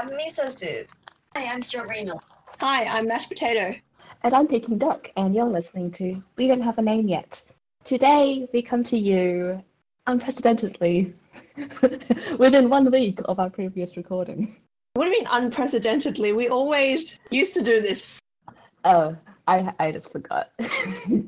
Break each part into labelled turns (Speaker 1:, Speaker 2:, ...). Speaker 1: I'm miso soup.
Speaker 2: Hi, I'm Strawberry Milk.
Speaker 3: Hi, I'm mashed potato.
Speaker 4: And I'm Peking Duck, and you're listening to We Don't Have a Name Yet. Today, we come to you unprecedentedly within one week of our previous recording.
Speaker 3: What do you mean unprecedentedly? We always used to do this.
Speaker 4: Oh, I, I just forgot.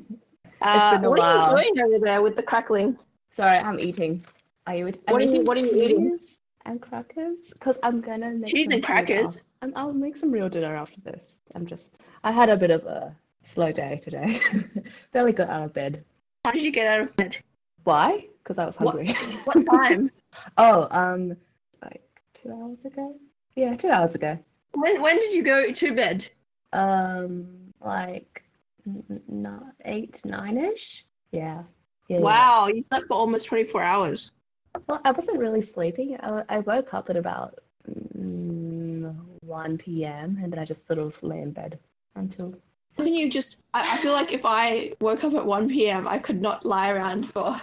Speaker 3: Uh,
Speaker 4: been a
Speaker 3: what
Speaker 4: while.
Speaker 3: are you doing over there with the crackling?
Speaker 4: Sorry, I'm eating. Are you? I'm
Speaker 3: What are you-
Speaker 4: eating
Speaker 3: what are you eating?
Speaker 4: cheese And crackers, because I'm gonna make
Speaker 3: Cheese
Speaker 4: some
Speaker 3: and
Speaker 4: food
Speaker 3: crackers?
Speaker 4: af- I'm, I'll make some real dinner after this. I'm just. I had a bit of a slow day today. Barely got out of bed.
Speaker 3: How did you get out of bed?
Speaker 4: Why? Because I was
Speaker 3: What-
Speaker 4: hungry.
Speaker 3: What time?
Speaker 4: oh, um, like two hours ago. Yeah, two hours ago.
Speaker 3: when when did you go to bed?
Speaker 4: Um, like n- n- not eight, nine ish. Yeah. Yeah, yeah.
Speaker 3: Wow, you slept for almost 24 hours.
Speaker 4: Well, I wasn't really sleeping. I, I woke up at about mm, 1 p.m. and then I just sort of lay in bed until.
Speaker 3: Can you just? I, I feel like if I woke up at 1 p.m., I could not lie around for.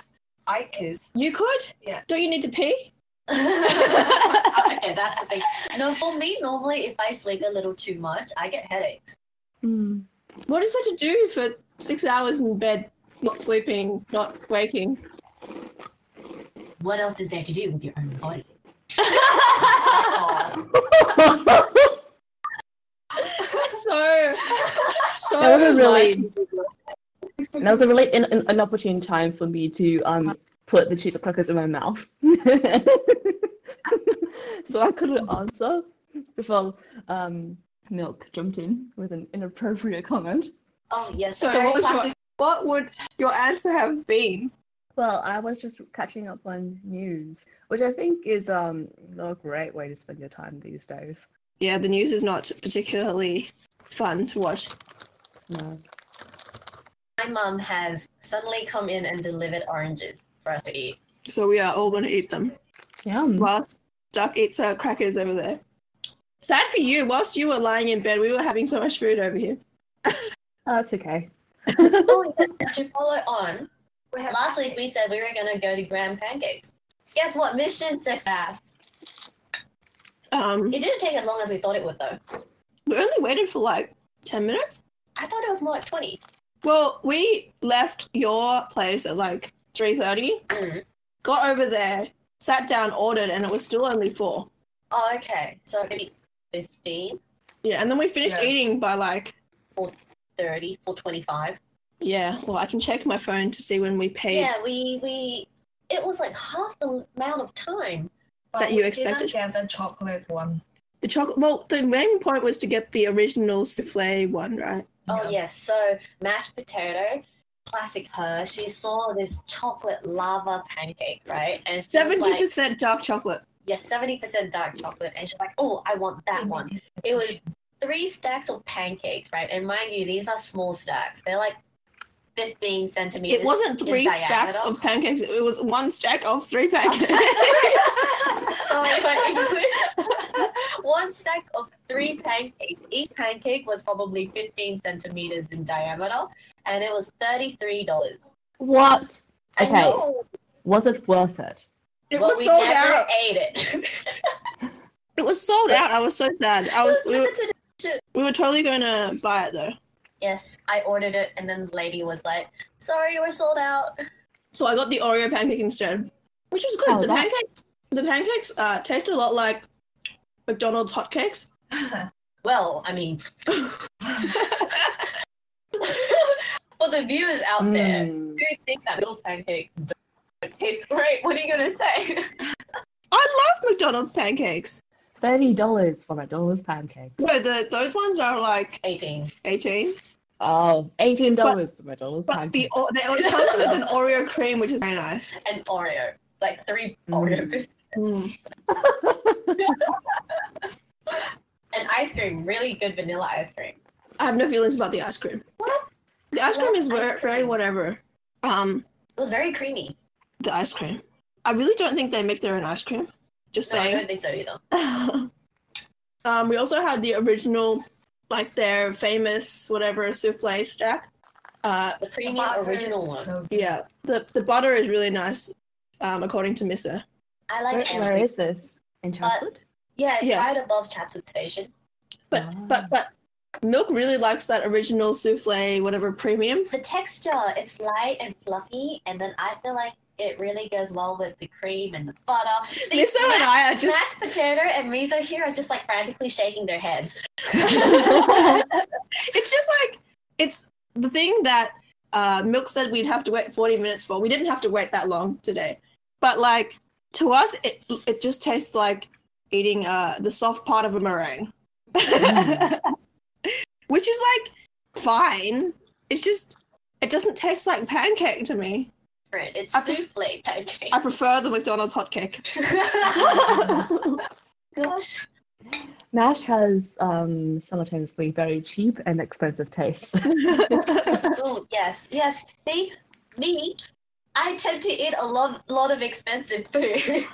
Speaker 1: I could.
Speaker 3: You could?
Speaker 1: Yeah.
Speaker 3: Don't you need to pee?
Speaker 2: okay, that's the thing. No, for me, normally if I sleep a little too much, I get headaches.
Speaker 4: Mm.
Speaker 3: What is that to do for six hours in bed, not sleeping, not waking?
Speaker 2: What else is there to do with your own body? Oh,
Speaker 3: so
Speaker 4: that
Speaker 3: so
Speaker 4: That was a really-
Speaker 3: like-
Speaker 4: was a really in, in, an opportune time for me to um put the cheese and crackers in my mouth. so I couldn't answer before um milk jumped in with an inappropriate comment.
Speaker 2: Oh yes,
Speaker 3: So
Speaker 2: very
Speaker 3: what was your-
Speaker 2: classic.
Speaker 3: what would your answer have been?
Speaker 4: Well, I was just catching up on news, which I think is um not a great way to spend your time these days.
Speaker 3: Yeah, the news is not particularly fun to watch.
Speaker 4: No.
Speaker 2: My mum has suddenly come in and delivered oranges for us to eat.
Speaker 3: So we are all going to eat them.
Speaker 4: Yeah.
Speaker 3: Whilst Duck eats her crackers over there. Sad for you. Whilst you were lying in bed, we were having so much food over here.
Speaker 4: That's okay.
Speaker 2: oh, yeah, to follow on,
Speaker 1: We have
Speaker 2: last week we said we were gonna go to Graham Pancakes. Guess what? Mission success.
Speaker 3: Um,
Speaker 2: It didn't take as long as we thought it would, though.
Speaker 3: we only waited for like ten minutes.
Speaker 2: I thought it was more like twenty.
Speaker 3: Well, we left your place at like three thirty.
Speaker 1: Mm-hmm.
Speaker 2: Mm.
Speaker 3: Got over there, sat down, ordered, and it was still only four.
Speaker 2: Oh, okay. So maybe 15,
Speaker 3: Yeah, and then we finished
Speaker 1: Yeah.
Speaker 3: eating by like
Speaker 2: 30, 425.
Speaker 3: yeah. Well, I can check my phone to see when we paid.
Speaker 2: Yeah, we we it was like half the amount of time.
Speaker 1: but
Speaker 3: that you
Speaker 1: we
Speaker 3: expected?
Speaker 1: Didn't get the chocolate one.
Speaker 3: The chocolate. Well, the main point was to get the original souffle one, right?
Speaker 2: Oh yes, so mashed potato, classic her. She saw this chocolate lava pancake, right? And she was
Speaker 3: Seventy
Speaker 2: like-
Speaker 3: percent dark chocolate.
Speaker 2: Yes, seventy percent dark chocolate, and she's like, "Oh, I want that one." It was three stacks of pancakes, right? And mind you, these are small stacks. They're like fifteen centimeters.
Speaker 3: It wasn't
Speaker 2: in
Speaker 3: three stacks
Speaker 2: diameter.
Speaker 3: of pancakes. It was one stack of three pancakes.
Speaker 2: Sorry, my English. One stack of three pancakes. Each pancake was probably 15 centimeters in diameter, and it was $33.
Speaker 4: What?
Speaker 2: I
Speaker 4: Okay.
Speaker 2: know,
Speaker 4: Was it worth it?
Speaker 3: it
Speaker 2: but
Speaker 3: was
Speaker 2: we
Speaker 3: sold
Speaker 2: never
Speaker 3: out.
Speaker 2: ate it.
Speaker 3: It was sold out. I was so sad.
Speaker 2: It
Speaker 3: I was.
Speaker 2: was
Speaker 3: We were,
Speaker 2: limited edition.
Speaker 3: we were totally going to buy it though.
Speaker 2: Yes, I ordered it, and then the lady was like, "Sorry, we're sold out."
Speaker 3: So I got the Oreo pancake instead, which was good.
Speaker 4: Oh,
Speaker 3: the
Speaker 4: that-
Speaker 3: pancakes, the pancakes uh, taste a lot like McDonald's hotcakes.
Speaker 2: Well, I mean, for the viewers out there
Speaker 4: Mm.
Speaker 2: who think that those pancakes don't taste great, what are you gonna say?
Speaker 3: I love McDonald's pancakes.
Speaker 4: Thirty dollars for McDonald's pancake.
Speaker 3: No, the those ones are like
Speaker 2: 18.
Speaker 3: eighteen,
Speaker 4: Oh, eighteen dollars for McDonald's
Speaker 3: but the
Speaker 4: pancake.
Speaker 3: or- they only comes with an Oreo cream, which is very nice.
Speaker 2: And Oreo. Like three
Speaker 4: Mm.
Speaker 2: Oreo biscuits.
Speaker 3: Mm.
Speaker 2: And ice cream. Really good vanilla ice cream.
Speaker 3: I have no feelings about the ice cream.
Speaker 2: What?
Speaker 3: The ice
Speaker 2: What
Speaker 3: cream is
Speaker 2: ice
Speaker 3: very, very
Speaker 2: cream?
Speaker 3: whatever. Um,
Speaker 2: It was very creamy.
Speaker 3: the ice cream. I really don't think they make their own ice cream. Just
Speaker 2: No, I
Speaker 3: saying.
Speaker 2: don't think so either.
Speaker 3: um, we also had the original, like their famous whatever souffle stack. Uh,
Speaker 2: The creamy
Speaker 1: Butter
Speaker 2: original
Speaker 1: is
Speaker 2: one.
Speaker 1: so good.
Speaker 3: yeah, the the butter is really nice, um, according to Missa.
Speaker 2: I
Speaker 4: Where,
Speaker 2: like
Speaker 4: where
Speaker 2: everything.
Speaker 4: is this in Chelmsford?
Speaker 2: Yeah, it's
Speaker 3: Yeah.
Speaker 2: right above Chatswood Station.
Speaker 3: But but but Milk really likes that original souffle, whatever premium.
Speaker 2: The texture, it's light and fluffy, and then I feel like it really goes well with the cream and the butter. See,
Speaker 3: Miso and
Speaker 2: mashed-
Speaker 3: I are just
Speaker 2: mashed potato and miso here are just like frantically shaking their heads.
Speaker 3: it's just like it's the thing that uh, Milk said we'd have to wait 40 minutes for. We didn't have to wait that long today, but like to us, it it just tastes like eating uh, the soft part of a meringue, which is like fine. It's just it doesn't taste like pancake to me.
Speaker 2: Different. It's
Speaker 3: I pref-
Speaker 2: souffle pancake.
Speaker 3: I prefer the McDonald's hot cake.
Speaker 2: Gosh.
Speaker 4: Mash has um, simultaneously very cheap and expensive taste.
Speaker 2: Oh yes, yes. See, me, I tend to eat a lot, lot of expensive food.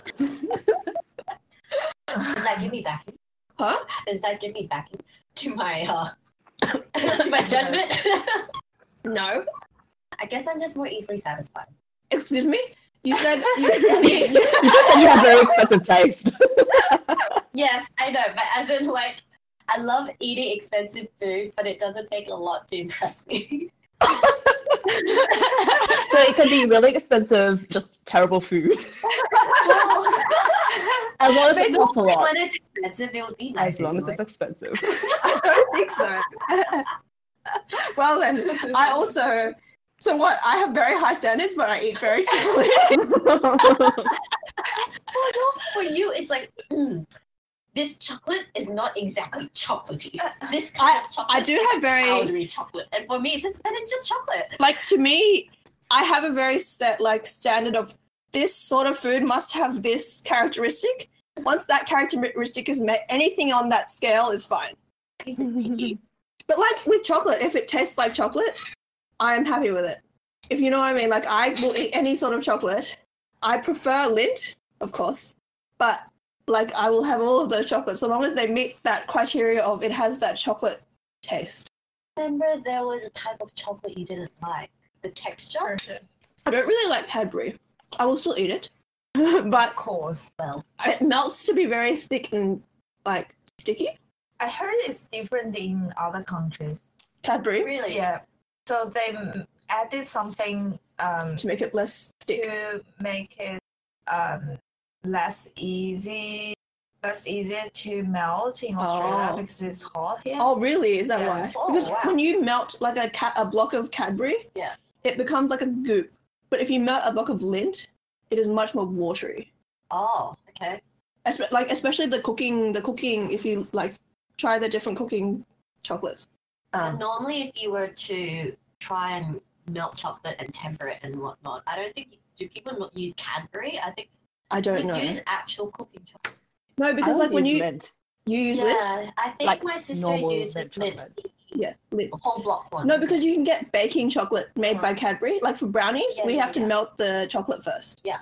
Speaker 2: Does that give me back?
Speaker 3: huh?
Speaker 2: Does that give me back to my uh, to my judgment?
Speaker 3: No.
Speaker 2: I guess I'm just more easily satisfied.
Speaker 3: Excuse me. You said
Speaker 4: you just said you have very expensive taste.
Speaker 2: Yes, I know, but as in like, I love eating expensive food, but it doesn't take a lot to impress me.
Speaker 4: so it can be really expensive, just terrible food. As long as it's
Speaker 2: It's
Speaker 4: not a
Speaker 2: only
Speaker 4: lot.
Speaker 2: when it's expensive, it would be nice.
Speaker 4: As long as it's expensive.
Speaker 3: I don't think so. well then, I also so what? I have very high standards, but I eat very cheaply.
Speaker 2: Oh, no, for you, it's like, mm, this chocolate is not exactly chocolatey. This kind of chocolate
Speaker 3: Uh, I do
Speaker 2: is
Speaker 3: have very
Speaker 2: powdery chocolate, and for me, it's just and it's just chocolate.
Speaker 3: like to me, I have a very set like standard of this sort of food must have this characteristic. Once that characteristic is met, anything on that scale is fine. But like with chocolate, if it tastes like chocolate, I'm happy with it. If you know what I mean, like I will eat any sort of chocolate. I prefer lint, of course, but like I will have all of those chocolates so long as they meet that criteria of it has that chocolate taste.
Speaker 2: Remember, there was a type of chocolate you didn't like. The texture,
Speaker 3: I don't really like Cadbury. I will still eat it, but
Speaker 1: Of course.
Speaker 2: well,
Speaker 3: it melts to be very thick and like sticky.
Speaker 1: I heard it's different in other countries.
Speaker 3: Cadbury
Speaker 2: really,
Speaker 1: Yeah. So they m- added something um,
Speaker 3: to make it less stick.
Speaker 1: to make it um, less easy, less easier to melt in Australia
Speaker 3: Oh.
Speaker 1: because it's hot here.
Speaker 3: Oh, really? Is that
Speaker 1: Yeah.
Speaker 3: why?
Speaker 1: Oh,
Speaker 3: because
Speaker 1: wow.
Speaker 3: when you melt like a ca- a block of Cadbury,
Speaker 2: Yeah.
Speaker 3: it becomes like a goop. But if you melt a block of lint, it is much more watery.
Speaker 2: Oh, okay.
Speaker 3: Espe- like especially the cooking, the cooking. If you like try the different cooking chocolates, Um,
Speaker 2: But normally, if you were to try and melt chocolate and temper it and whatnot, I don't think do people not use Cadbury. I think
Speaker 3: I
Speaker 2: we
Speaker 3: don't know.
Speaker 2: use actual cooking chocolate.
Speaker 3: no, because
Speaker 4: I
Speaker 3: like
Speaker 4: would
Speaker 3: when
Speaker 4: use
Speaker 3: you
Speaker 4: mint.
Speaker 3: you use lint,
Speaker 2: yeah, I think
Speaker 4: Like
Speaker 2: my sister
Speaker 4: normal
Speaker 2: uses
Speaker 4: mint
Speaker 2: lint,
Speaker 4: chocolate.
Speaker 3: yeah, lint.
Speaker 2: whole block one.
Speaker 3: No, because you can get baking chocolate made by Cadbury. Like for brownies,
Speaker 2: Yeah,
Speaker 3: we
Speaker 2: yeah,
Speaker 3: have to
Speaker 2: yeah.
Speaker 3: melt the chocolate first.
Speaker 2: Yeah.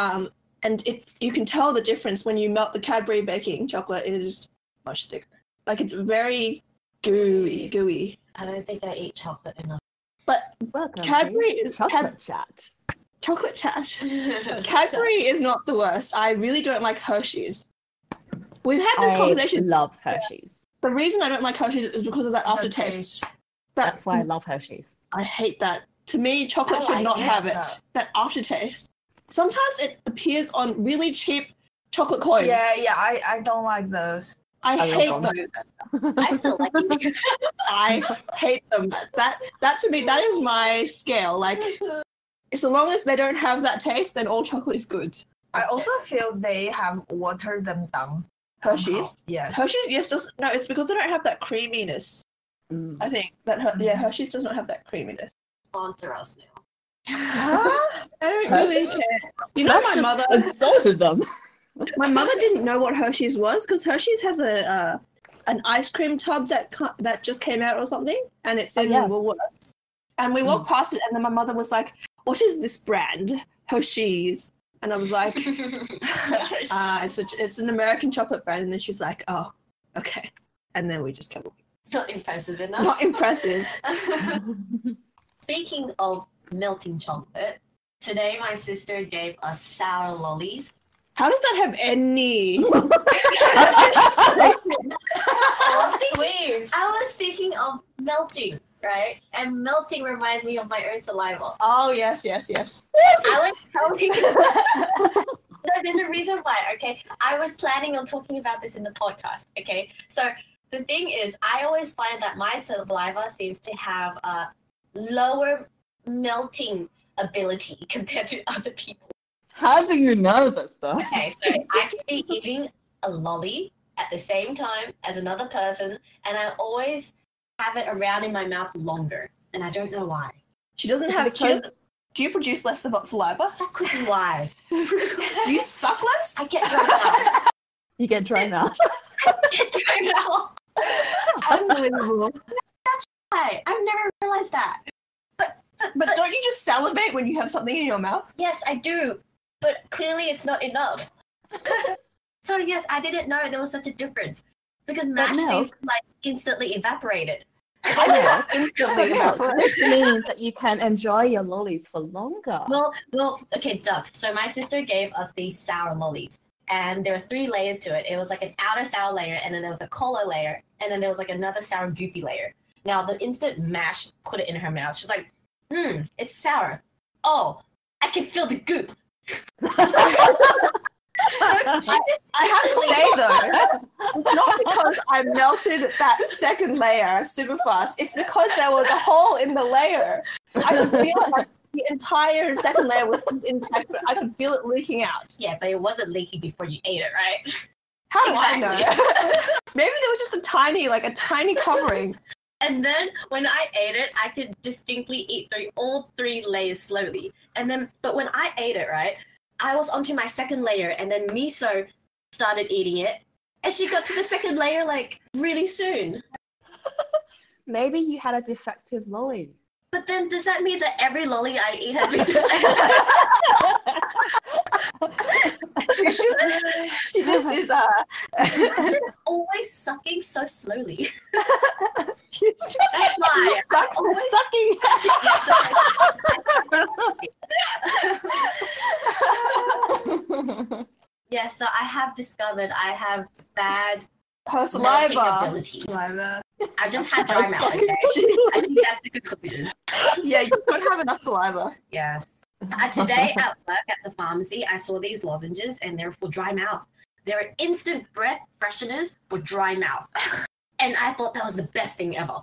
Speaker 3: Um, and it you can tell the difference when you melt the Cadbury baking chocolate. It is much thicker. Like it's very gooey, gooey.
Speaker 2: I don't think I eat chocolate enough.
Speaker 4: Welcome
Speaker 3: Cadbury
Speaker 4: to
Speaker 3: is-
Speaker 4: chocolate chat.
Speaker 3: Chocolate chat. Cadbury is not the worst. I really don't like Hershey's. We've had this
Speaker 4: I
Speaker 3: conversation.
Speaker 4: love Hershey's.
Speaker 3: The reason I don't like Hershey's is because of that
Speaker 1: The
Speaker 3: aftertaste.
Speaker 1: taste.
Speaker 3: That
Speaker 4: That's why I love Hershey's.
Speaker 3: I hate that. To me, chocolate
Speaker 2: I
Speaker 3: should
Speaker 2: like
Speaker 3: not
Speaker 2: it,
Speaker 3: have it.
Speaker 1: but-
Speaker 3: That aftertaste. Sometimes it appears on really cheap chocolate coins.
Speaker 1: yeah, yeah. I, I don't like those.
Speaker 3: I,
Speaker 4: I
Speaker 3: hate
Speaker 4: love
Speaker 3: those.
Speaker 2: I still like it.
Speaker 3: I hate them. That that to me, that is my scale. Like, so long as they don't have that taste, then all chocolate is good.
Speaker 1: I also feel they have watered them down.
Speaker 3: Hershey's.
Speaker 1: Oh, Yeah.
Speaker 3: Hershey's, yes, does no. It's because they don't have that creaminess.
Speaker 4: Mm.
Speaker 3: I think that her, yeah, Hershey's does not have that creaminess.
Speaker 2: Sponsor us now.
Speaker 3: I don't really care. You know, my mother,
Speaker 4: Insulted them.
Speaker 3: my mother didn't know what Hershey's was because Hershey's has a uh, an ice cream tub that cu- that just came out or something, and it's
Speaker 4: Oh,
Speaker 3: in
Speaker 4: yeah. Mm.
Speaker 3: Woolworths. And we walked past it, and then my mother was like, "What is this brand, Hershey's?" And I was like, "Ah, it's a, it's an American chocolate brand." And then she's like, "Oh, okay." And then we just kept walking.
Speaker 2: Not impressive enough.
Speaker 3: Not impressive.
Speaker 2: Speaking of melting chocolate, today my sister gave us sour lollies.
Speaker 3: How does that have any?
Speaker 4: I,
Speaker 1: Oh,
Speaker 2: melting reminds me of my own survival.
Speaker 3: Oh yes, yes, yes.
Speaker 2: I like melting. no, there's a reason why. Okay, I was planning on talking about this in the podcast. Okay, so the thing is, I always find that my saliva seems to have a lower melting ability compared to other people.
Speaker 4: How do you know this stuff?
Speaker 2: Okay, so I could be eating a lolly at the same time as another person, and I always have it around in my mouth longer, and I don't know why.
Speaker 3: She doesn't have. She doesn't, do you produce less sal- saliva?
Speaker 2: That could be why.
Speaker 3: Do you suck less?
Speaker 2: I get dried out.
Speaker 4: You get dry mouth.
Speaker 2: I get dried out.
Speaker 3: Unbelievable.
Speaker 2: Why? I've never realized that.
Speaker 3: But don't you just salivate when you have something in your mouth?
Speaker 2: Yes, I do, but clearly it's not enough. so yes, I didn't know there was such a difference because mash seems to, like instantly evaporated.
Speaker 3: I
Speaker 4: Yeah.
Speaker 3: do instantly evaporate.
Speaker 4: Which means that you can enjoy your lollies for longer.
Speaker 2: Well, well, okay, duck. So my sister gave us these sour lollies, and there were three layers to it. It was like an outer sour layer, and then there was a cola layer, and then there was like another sour goopy layer. Now the instant mash put it in her mouth. She's like, "Hmm, it's sour. Oh, I can feel the goop." So she just
Speaker 3: I have to say though, it's not because I melted that second layer super fast. It's because there was a hole in the layer. I could feel it. Like, the entire second layer was intact, but I could feel it leaking out.
Speaker 2: Yeah, but it wasn't leaky before you ate it, right?
Speaker 3: How do I
Speaker 2: Exactly.
Speaker 3: know? Maybe there was just a tiny, like a tiny covering.
Speaker 2: And then when I ate it, I could distinctly eat through all three layers slowly. And then, but when I ate it, right, I was onto my second layer, and then miso started eating it, and she got to the second layer like really soon.
Speaker 4: Maybe you had a defective lolly.
Speaker 2: But then, does that mean that every lolly I eat has been?
Speaker 3: She just, she just is uh,
Speaker 2: always sucking so slowly.
Speaker 3: she just,
Speaker 2: That's why.
Speaker 3: she sucks the sucking.
Speaker 2: yeah, so I have discovered I have bad
Speaker 3: Her
Speaker 2: melting
Speaker 3: saliva.
Speaker 2: ability.
Speaker 1: Saliva.
Speaker 2: I just had dry mouth. Okay, I think that's the conclusion.
Speaker 3: Yeah, you don't have enough saliva.
Speaker 2: Yes. Uh, today at work at the pharmacy, I saw these lozenges and they're for dry mouth. They're instant breath fresheners for dry mouth. and I thought that was the best thing ever.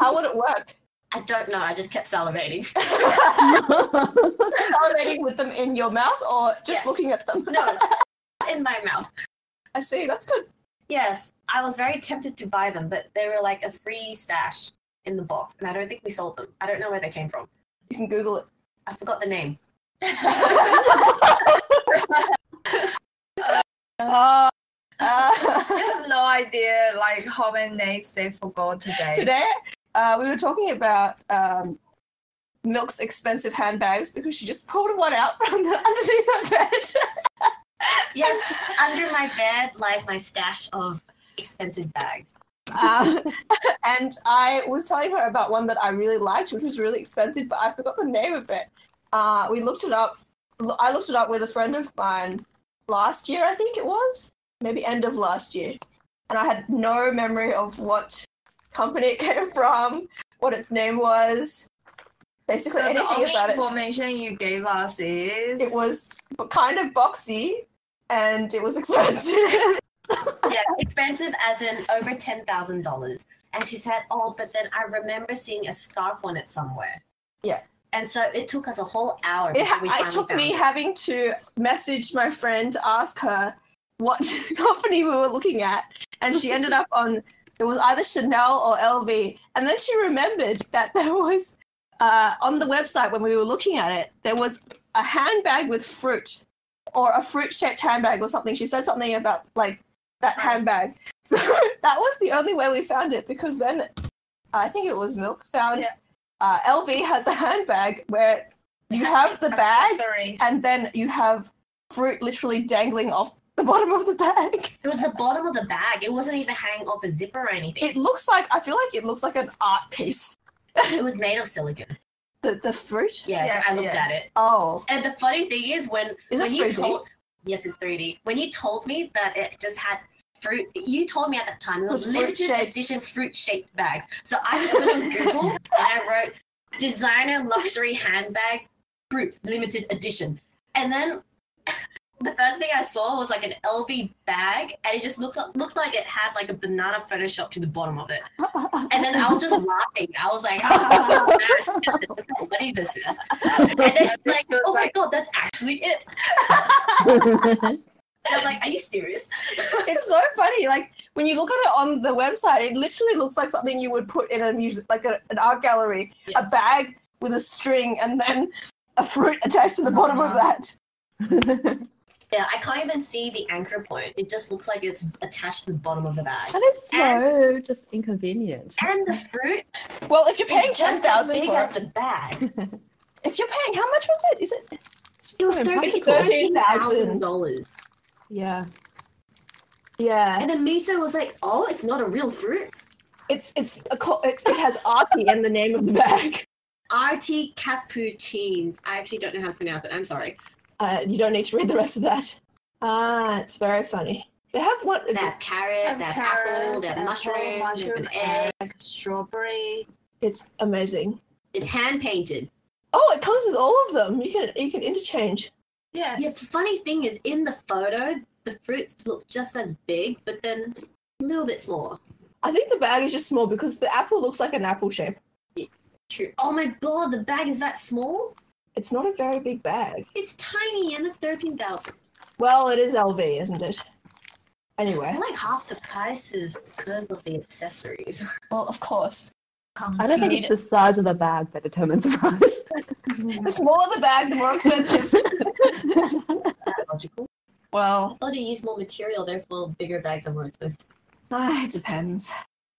Speaker 3: How would it work?
Speaker 2: I don't know. I just kept salivating.
Speaker 3: Salivating with them in your mouth or just
Speaker 2: Yes.
Speaker 3: looking at them?
Speaker 2: No, in my mouth.
Speaker 3: I see. That's good.
Speaker 2: Yes. I was very tempted to buy them, but they were like a free stash in the box. And I don't think we sold them. I don't know where they came from.
Speaker 3: You can Google it.
Speaker 2: I forgot the name.
Speaker 3: Uh, uh,
Speaker 1: I have no idea like how many names they forgot today.
Speaker 3: today, uh, we were talking about um, Milk's expensive handbags because she just pulled one out from the, underneath her bed.
Speaker 2: Yes. Under my bed lies my stash of expensive bags.
Speaker 3: Um, and I was telling her about one that I really liked, which was really expensive, but I forgot the name of it. Uh, we looked it up. L- I looked it up with a friend of mine last year, I think it was, maybe end of last year. And I had no memory of what company it came from, what its name was,
Speaker 1: So
Speaker 3: basically
Speaker 1: the
Speaker 3: anything
Speaker 1: only
Speaker 3: about it.
Speaker 1: information you gave us is
Speaker 3: It was b- kind of boxy and it was expensive.
Speaker 2: yeah, expensive as in over ten thousand dollars. And she said, "Oh, but then I remember seeing a scarf on it somewhere."
Speaker 3: Yeah.
Speaker 2: And so it took us a whole hour.
Speaker 3: It,
Speaker 2: before we
Speaker 3: ha- it
Speaker 2: finally
Speaker 3: took
Speaker 2: found
Speaker 3: me
Speaker 2: It.
Speaker 3: having to message my friend to ask her what company we were looking at, and she ended up on it was either Chanel or LV, and then she remembered that there was uh, on the website when we were looking at it there was a handbag with fruit or a fruit shaped handbag or something. She said something about like that handbag, so that was the only way we found it because then I think it was Milk found.
Speaker 1: Yeah.
Speaker 3: Uh, LV has a handbag where you have the bag
Speaker 1: accessories.
Speaker 3: and then you have fruit literally dangling off the bottom of the bag.
Speaker 2: It was the bottom of the bag. It wasn't even hanging off a zipper or anything.
Speaker 3: It looks like I feel like it looks like an art piece.
Speaker 2: It was made of silicon.
Speaker 3: The the fruit.
Speaker 2: Yeah,
Speaker 1: Yeah,
Speaker 2: I looked
Speaker 1: yeah.
Speaker 2: at it.
Speaker 3: Oh,
Speaker 2: And the funny thing is, when
Speaker 3: is
Speaker 2: when
Speaker 3: it
Speaker 2: you
Speaker 3: three D?
Speaker 2: told yes, it's three D. When you told me that it just had fruit. You told me at that time it was,
Speaker 3: Was
Speaker 2: limited
Speaker 3: fruit-shaped.
Speaker 2: edition fruit shaped bags. So I just went on Google and I wrote designer luxury handbags, fruit limited edition. And then the first thing I saw was like an LV bag, and it just looked looked like it had like a banana Photoshop to the bottom of it. And then I was just laughing. I was like, oh, man, look how funny this is. And then she's like, oh my god, that's actually it. And I'm like, are you serious?
Speaker 3: it's so funny. Like when you look at it on the website, it literally looks like something you would put in a music, like a, an art gallery, a bag with a string and then a fruit attached to the bottom of that.
Speaker 2: Yeah, I can't even see the anchor point. It just looks like it's attached to the bottom of the bag.
Speaker 4: that is so just inconvenient.
Speaker 2: And the fruit
Speaker 3: Well, if you're paying
Speaker 2: is
Speaker 3: ten
Speaker 2: just as
Speaker 3: thousand
Speaker 2: big
Speaker 3: for
Speaker 2: as
Speaker 3: it,
Speaker 2: the bag.
Speaker 3: if you're paying, how much was it? Is it?
Speaker 4: It's just so
Speaker 3: It's
Speaker 4: impractical.
Speaker 3: thirty- $13,000.
Speaker 2: dollars.
Speaker 4: Yeah.
Speaker 3: Yeah,
Speaker 2: And then Miso was like, "Oh, it's not a real fruit.
Speaker 3: it's it's a co- it's, it has RP in the name of the bag.
Speaker 2: RT cappuccines. I actually don't know how to pronounce it. I'm sorry.
Speaker 3: Uh, you don't need to read the rest of that. Ah, it's very funny. They have one.
Speaker 2: They have carrot, they have apple,
Speaker 1: carrot,
Speaker 2: they have
Speaker 1: apple,
Speaker 2: mushroom, they have an
Speaker 1: mushroom,
Speaker 2: egg.
Speaker 1: strawberry.
Speaker 3: It's amazing.
Speaker 2: It's hand painted.
Speaker 3: Oh, it comes with all of them. You can you can interchange.
Speaker 1: Yes.
Speaker 2: Yeah, the funny thing is, in the photo, the fruits look just as big, but then a little bit smaller.
Speaker 3: I think the bag is just small because the apple looks like an apple shape.
Speaker 2: True. Oh my god, the bag is that small?
Speaker 3: It's not a very big bag.
Speaker 2: It's tiny and it's 13,000.
Speaker 3: Well, it is LV, isn't it? Anyway.
Speaker 2: I like half the price is because of the accessories.
Speaker 3: Well, of course.
Speaker 1: Comes
Speaker 4: I don't think
Speaker 1: with-
Speaker 4: it's the size of the bag that determines the price. Mm.
Speaker 3: The smaller the bag, the more expensive.
Speaker 2: That's logical.
Speaker 3: well,
Speaker 2: Or to use more material, therefore bigger bags are more expensive.
Speaker 3: ah, it depends.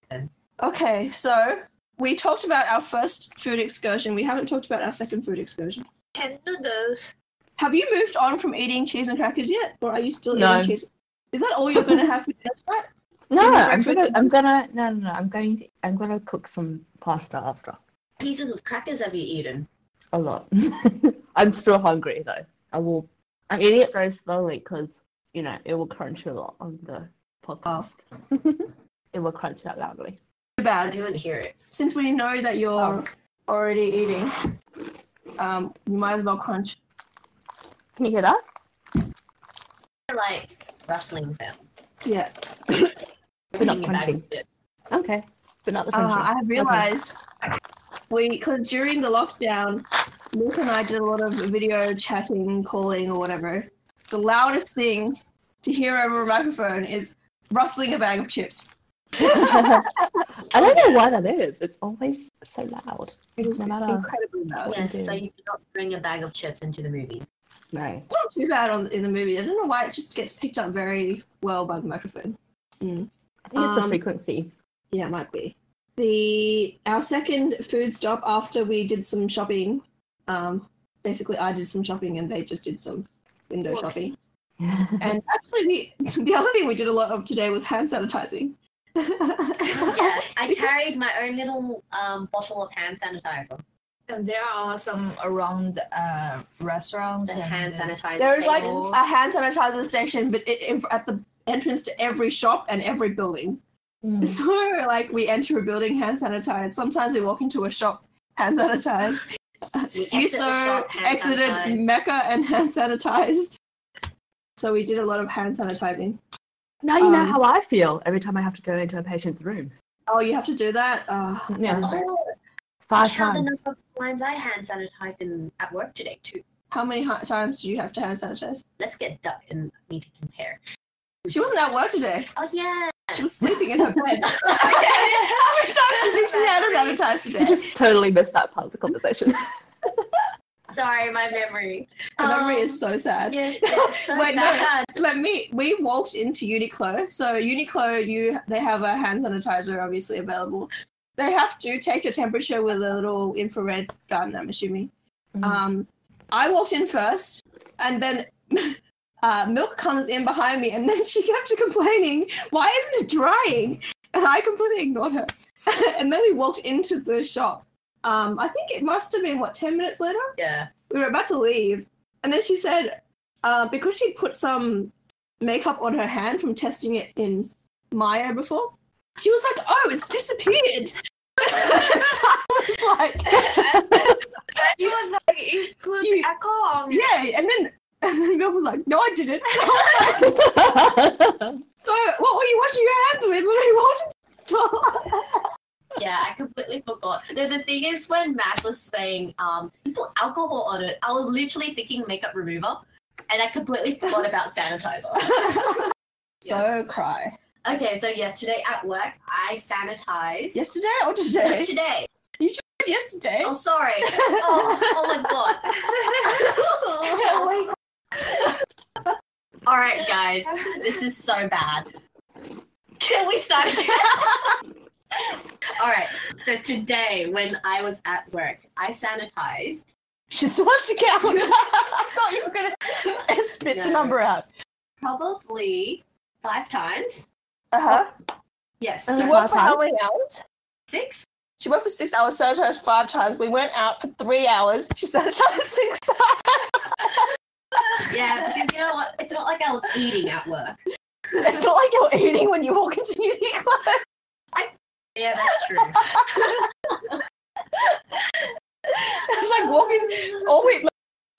Speaker 2: Depends.
Speaker 3: Okay, so we talked about our first food excursion. We haven't talked about our second food excursion.
Speaker 1: Can do those.
Speaker 3: Have you moved on from eating cheese and crackers yet? Or are you still
Speaker 4: No.
Speaker 3: eating cheese? Is that all you're going to have for dinner tonight?
Speaker 4: no, I'm
Speaker 3: breakfast-
Speaker 4: gonna, I'm gonna, no, no, no, I'm going to, I'm gonna cook some pasta after.
Speaker 2: Pieces of crackers have you eaten?
Speaker 4: A lot. I'm still hungry though. I will. I'm eating it very slowly because you know it will crunch a lot on the podcast. Oh. it will crunch that loudly.
Speaker 3: Too
Speaker 2: I
Speaker 3: bad.
Speaker 2: didn't hear it.
Speaker 3: since we know that you're already eating, um, you might as well crunch.
Speaker 4: Can you hear that?
Speaker 2: Like rustling sound.
Speaker 3: Yeah.
Speaker 4: But not
Speaker 2: Bringing your bag
Speaker 4: crunching.
Speaker 2: with it.
Speaker 4: Okay, but not the
Speaker 3: Uh,
Speaker 4: crunching.
Speaker 3: I have realized we, because during the lockdown, Luke and I did a lot of video chatting, calling, or whatever. The loudest thing to hear over a microphone is rustling a bag of chips.
Speaker 4: I don't know why that is. It's always so loud.
Speaker 3: It is
Speaker 4: No matter-
Speaker 3: incredibly loud.
Speaker 4: you
Speaker 2: Yes, so
Speaker 4: do.
Speaker 2: you cannot bring a bag of chips into the movies.
Speaker 4: No.
Speaker 3: It's not too bad on, in the movie. I don't know why it just gets picked up very well by the microphone.
Speaker 4: I think it's the
Speaker 3: Um,
Speaker 4: frequency.
Speaker 3: Yeah, it might be. The our second food stop after we did some shopping. Um, basically, I did some shopping and they just did some window
Speaker 2: Okay.
Speaker 3: shopping. And actually, we the other thing we did a lot of today was hand sanitizing.
Speaker 2: yes, I carried my own little um, bottle of hand sanitizer.
Speaker 1: And there are some around uh, restaurants.
Speaker 2: The
Speaker 1: and,
Speaker 2: hand
Speaker 1: uh,
Speaker 2: sanitizer.
Speaker 3: There is like
Speaker 2: station.
Speaker 3: a hand sanitizer station, but it, in- at the entrance to every shop and every building.
Speaker 4: Mm.
Speaker 3: So like we enter a building hand sanitized. Sometimes we walk into a shop hand sanitized.
Speaker 2: We exit
Speaker 3: We
Speaker 2: the
Speaker 3: so
Speaker 2: shop, hand
Speaker 3: exited
Speaker 2: sanitize.
Speaker 3: Mecca and hand sanitized. So we did a lot of hand sanitizing.
Speaker 4: Now you know
Speaker 3: um,
Speaker 4: how I feel every time I have to go into a patient's room.
Speaker 3: Oh, you have to do that? Oh, that
Speaker 4: Yeah.
Speaker 3: is very-
Speaker 2: Oh,
Speaker 4: Five
Speaker 2: count the
Speaker 4: times.
Speaker 2: number of times I hand sanitized in, at work today too.
Speaker 3: How many ha- times do you have to hand sanitize?
Speaker 2: Let's get Duck and me to compare.
Speaker 3: She wasn't at work today.
Speaker 2: Oh yeah.
Speaker 3: She was sleeping in her bed. How many times do you think she had to sanitize
Speaker 4: I
Speaker 3: today?
Speaker 4: just totally missed that part of the conversation.
Speaker 2: Sorry, my memory.
Speaker 3: Her memory
Speaker 2: Um,
Speaker 3: is so sad.
Speaker 2: Yes, that's so
Speaker 3: Wait, no.
Speaker 2: bad.
Speaker 3: Let me. We walked into Uniqlo. So Uniqlo, you they have a hand sanitizer obviously available. They have to take your temperature with a little infrared gun. I'm assuming.
Speaker 4: Mm.
Speaker 3: Um, I walked in first, and then uh, Milk comes in behind me, and then she kept complaining, "Why isn't it drying?" And I completely ignored her. and then we walked into the shop. Um, I think it must have been what ten minutes later
Speaker 2: Yeah.
Speaker 3: we were about to leave, and then she said, uh, because she put some makeup on her hand from testing it in Maya before. She was like, "Oh, it's disappeared." I was like,
Speaker 5: and then she was like, "You put
Speaker 3: You-
Speaker 5: echo on." it."
Speaker 3: "Yay!" And then and then Bill was like, "No, I didn't."
Speaker 2: um,
Speaker 3: so, what were you washing your hands with when you washed?
Speaker 2: Yeah, I completely forgot. The, the thing is, when Mash was saying, um, you put alcohol on it, I was literally thinking makeup remover, and I completely forgot about sanitizer.
Speaker 3: so cry.
Speaker 2: Okay, so yes, today at work, I sanitized.
Speaker 3: Yesterday Eh? or
Speaker 2: No,
Speaker 3: today?
Speaker 2: Today.
Speaker 3: Yesterday.
Speaker 2: Oh, sorry. Oh, oh my god.
Speaker 5: Oh my God.
Speaker 2: All right, guys, this is so bad. Can we start? again? All right. So today, when I was at work, I sanitized.
Speaker 3: She still has to count. I thought you were gonna spit the
Speaker 2: No.
Speaker 3: number out.
Speaker 2: probably five times.
Speaker 3: Uh huh.
Speaker 2: Yes,
Speaker 3: She
Speaker 4: Uh,
Speaker 3: worked for
Speaker 4: five
Speaker 3: how many hours?
Speaker 2: six.
Speaker 3: She worked for six hours, sanitized five times. We went out for three hours. She sanitized six times.
Speaker 2: Yeah, because you know what? It's not like I was eating at work.
Speaker 3: It's not like you're eating when you walk into uni class.
Speaker 2: Yeah, that's true.
Speaker 3: It's like walking. Oh wait, like,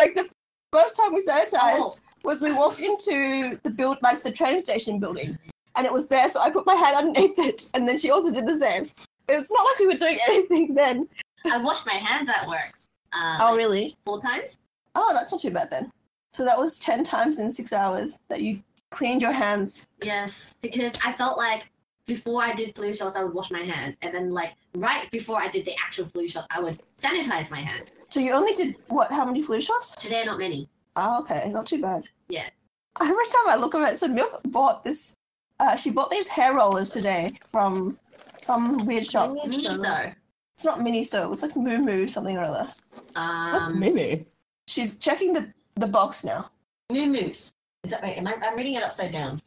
Speaker 3: like the first time we sanitized
Speaker 2: Oh,
Speaker 3: was we walked into the build, like the train station building, and it was there. So I put my hand underneath it, and then she also did the same. It's not like we were doing anything then.
Speaker 2: I washed my hands at work. Um,
Speaker 3: Oh really?
Speaker 2: Four times.
Speaker 3: Oh, that's not too bad then. So that was 10 times in six hours that you cleaned your hands.
Speaker 2: Yes, because I felt like before I did flu shots, I would wash my hands, and then like right before I did the actual flu shot, I would sanitize my hands.
Speaker 3: So you only did, what, how many flu shots?
Speaker 2: Today, not many.
Speaker 3: Oh, okay, not too bad.
Speaker 2: Yeah.
Speaker 3: Every time I look at it, so Milk bought this, uh, she bought these hair rollers today from some weird shop.
Speaker 2: Me though.
Speaker 3: It's not mini store, it was like Moo Moo something or other.
Speaker 4: That's
Speaker 2: Um,
Speaker 4: Mimu.
Speaker 3: She's checking the, the box now.
Speaker 2: moo moos. Is that wait? Am I? I'm reading it upside down.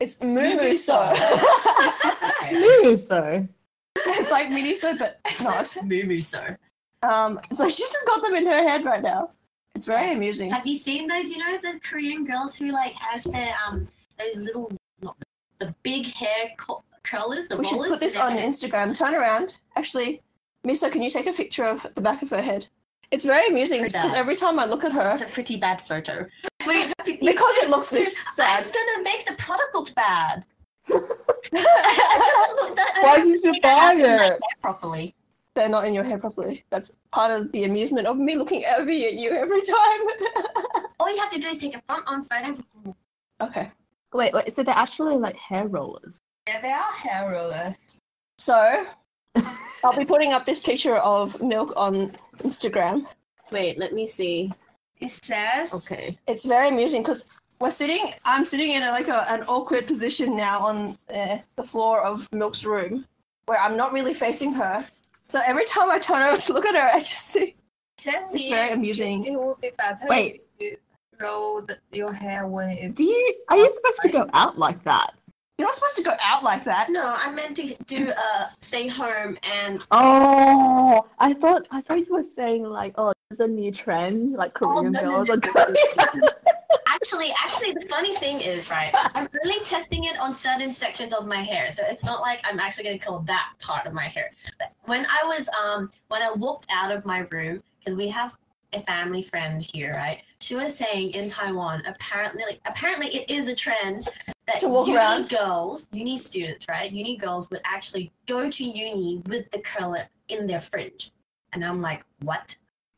Speaker 3: It's Moo Moo
Speaker 2: Moo
Speaker 3: So.
Speaker 2: Okay.
Speaker 4: Mimu, so.
Speaker 3: it's like mini so, but not.
Speaker 2: moo moo so.
Speaker 3: Um, so she's just got them in her head right now. It's very amusing.
Speaker 2: Have you seen those? You know those Korean girls who like has their um those little not the big hair co- curlers, the
Speaker 3: We should
Speaker 2: rollers.
Speaker 3: put this
Speaker 2: in their
Speaker 3: on
Speaker 2: hair?
Speaker 3: Instagram. Turn around. Actually, Miso, can you take a picture of the back of her head? It's very amusing
Speaker 2: Pretty
Speaker 3: because
Speaker 2: bad.
Speaker 3: every time I look at her,
Speaker 2: It's a pretty bad photo.
Speaker 3: because it looks this
Speaker 2: I'm
Speaker 3: sad.
Speaker 2: gonna make the product look bad. Look, that- I
Speaker 4: Why
Speaker 2: don't
Speaker 4: did you
Speaker 2: think I
Speaker 4: buy
Speaker 2: have my hair
Speaker 4: it?
Speaker 2: properly?
Speaker 3: They're not in your hair properly. That's part of the amusement of me looking over at you every time.
Speaker 2: All you have to do is take a front on photo.
Speaker 3: okay.
Speaker 4: Wait, wait, so they're actually like hair rollers.
Speaker 1: Yeah, they are hair rollers.
Speaker 3: So I'll be putting up this picture of milk on Instagram.
Speaker 2: Wait, let me see.
Speaker 1: It says
Speaker 2: Okay.
Speaker 3: It's very amusing because we're sitting. I'm sitting in a, like a, an awkward position now on uh, the floor of Milk's room, where I'm not really facing her. So every time I turn over to look at her, I just see.
Speaker 1: it says
Speaker 3: It's
Speaker 1: you-
Speaker 3: very amusing.
Speaker 1: It would be better
Speaker 4: Wait.
Speaker 1: if you roll the, your hair when it's
Speaker 4: Do you, are
Speaker 2: oh,
Speaker 4: you supposed to go out like that?
Speaker 3: You're not supposed to go out like that.
Speaker 2: No, I meant to do uh stay home and
Speaker 4: Oh, I thought I thought you were saying like, oh, there's a new trend, like
Speaker 2: Oh,
Speaker 4: Korean
Speaker 2: no, no,
Speaker 4: girls
Speaker 2: no,
Speaker 4: are
Speaker 2: no,
Speaker 4: going.
Speaker 2: Actually, actually, the funny thing is, right? I'm only testing it on certain sections of my hair, so it's not like I'm actually going to kill that part of my hair. But when I was, um, when I walked out of my room, because we have a family friend here, right? She was saying in Taiwan, apparently, apparently, it is a trend that
Speaker 3: To walk
Speaker 2: uni
Speaker 3: around?
Speaker 2: girls, uni students, right? Uni girls would actually go to uni with the curler in their fringe, and I'm like, what?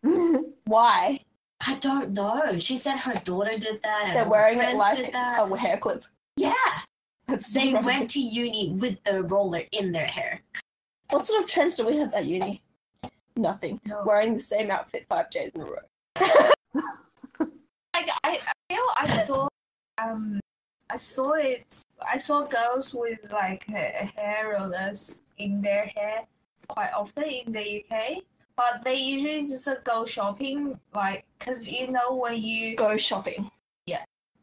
Speaker 3: Why?
Speaker 2: I don't know. She said her daughter did that. And
Speaker 3: They're
Speaker 2: her
Speaker 3: wearing it
Speaker 2: friends
Speaker 3: like
Speaker 2: did that.
Speaker 3: a hair clip.
Speaker 2: Yeah,
Speaker 3: That's
Speaker 2: they
Speaker 3: so
Speaker 2: went to uni with the roller in their hair.
Speaker 3: What sort of trends do we have at uni? Nothing. Wearing the same outfit five days in a row.
Speaker 5: Like I, I feel I saw,
Speaker 1: um I saw it I saw girls with like ha- hair rollers in their hair quite often in the UK. But they usually just uh, go shopping, like, cause you know when you
Speaker 3: Go shopping,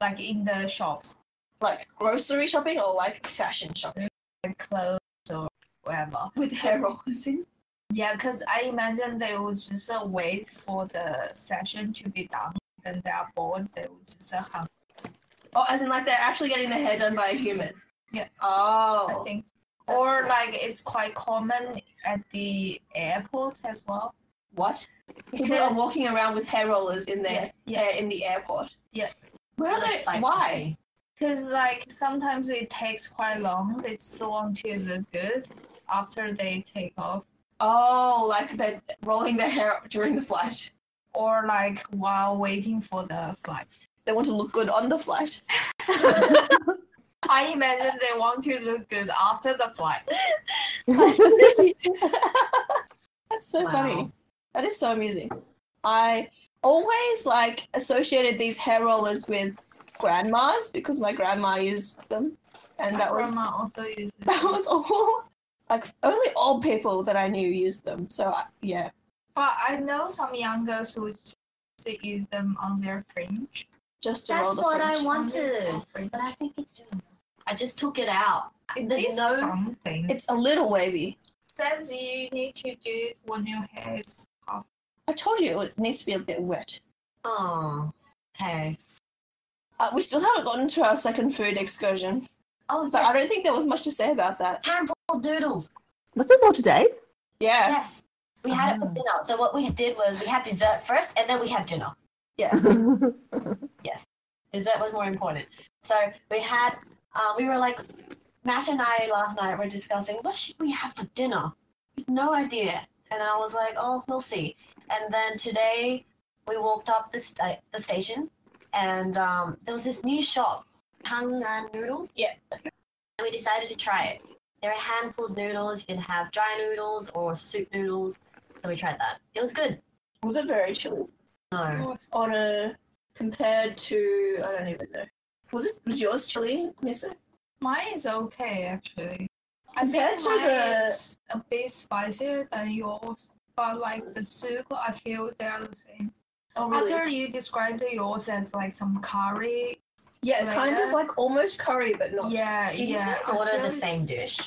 Speaker 1: like in the shops,
Speaker 3: like grocery shopping or like fashion shopping
Speaker 1: like clothes or whatever.
Speaker 3: with hair rollers in.
Speaker 1: Yeah, because I imagine they would just uh, wait for the session to be done. Then they are bored. They would just uh, hang
Speaker 3: Oh, as in like they're actually getting their hair done by a human.
Speaker 1: Yeah. I
Speaker 3: Oh.
Speaker 1: think.
Speaker 3: That's
Speaker 1: or
Speaker 3: cool.
Speaker 1: like it's quite common at the airport as well.
Speaker 3: What? People
Speaker 1: Yes.
Speaker 3: are walking around with hair rollers in their hair in the airport.
Speaker 1: Yeah.
Speaker 3: Where are
Speaker 2: What a
Speaker 3: they?
Speaker 2: sight to
Speaker 3: Why?
Speaker 2: see.
Speaker 1: Because like sometimes it takes quite long. They still want to look good after they take off,
Speaker 3: Oh, like they're rolling their hair during the flight.
Speaker 1: or like while waiting for the flight.
Speaker 3: They want to look good on the flight.
Speaker 1: I imagine they want to look good after the flight.
Speaker 3: That's so
Speaker 2: Wow.
Speaker 3: funny. That is so amusing. I always like associated these hair rollers with grandmas because my grandma used them, and that was
Speaker 1: Grandma also uses.
Speaker 3: that was all. Like only old people that I knew used them. So I, yeah,
Speaker 1: But I know some young girls who s- to use them on their fringe.
Speaker 3: just to roll
Speaker 2: That's
Speaker 3: the
Speaker 2: what I
Speaker 3: fringe.
Speaker 2: wanted,
Speaker 1: Fringe.
Speaker 2: but I think it's doing. I just took it out.
Speaker 1: It
Speaker 2: There's
Speaker 1: is
Speaker 2: no-
Speaker 1: something. It
Speaker 3: It's a little wavy.
Speaker 1: says you need to do it when your hair is half.
Speaker 3: I told you it needs to be a bit wet.
Speaker 2: Oh, okay.
Speaker 3: Uh, we still haven't gotten to our second food excursion,
Speaker 2: Oh,
Speaker 3: but I
Speaker 2: yes.
Speaker 3: don't think there was much to say about that.
Speaker 2: handful doodles.
Speaker 4: Was this all today?
Speaker 3: Yeah, Oh.
Speaker 2: Yes. We had it for dinner. So what we did was we had dessert first and then we had dinner. Dessert was more important. So we had, uh, we were like, Mash and I last night were discussing what should we have for dinner? There's no idea. And then I was like, oh, we'll see. And then today we walked up the, sta the station and um, there was this new shop, Tang Nan Noodles.
Speaker 3: Yeah.
Speaker 2: And we decided to try it. There are hand-pulled noodles. You can have dry noodles or soup noodles. So we tried that. It was good.
Speaker 3: was it very chilly?
Speaker 2: No.
Speaker 3: on a compared to I don't even know. Was it was yours chili, Nissa?
Speaker 1: Mine is okay actually. I
Speaker 3: Compared
Speaker 1: think
Speaker 3: to
Speaker 1: mine
Speaker 3: the-
Speaker 1: is a bit spicier than yours, but like the soup, I feel they are the same.
Speaker 3: Oh
Speaker 1: After you described yours as like some curry,
Speaker 3: yeah, kind of
Speaker 1: later.
Speaker 3: like almost curry, but not.
Speaker 1: yeah,
Speaker 2: Did
Speaker 1: yeah.
Speaker 2: you
Speaker 1: I
Speaker 2: guys order
Speaker 1: feel
Speaker 2: the
Speaker 1: it's-
Speaker 2: same dish?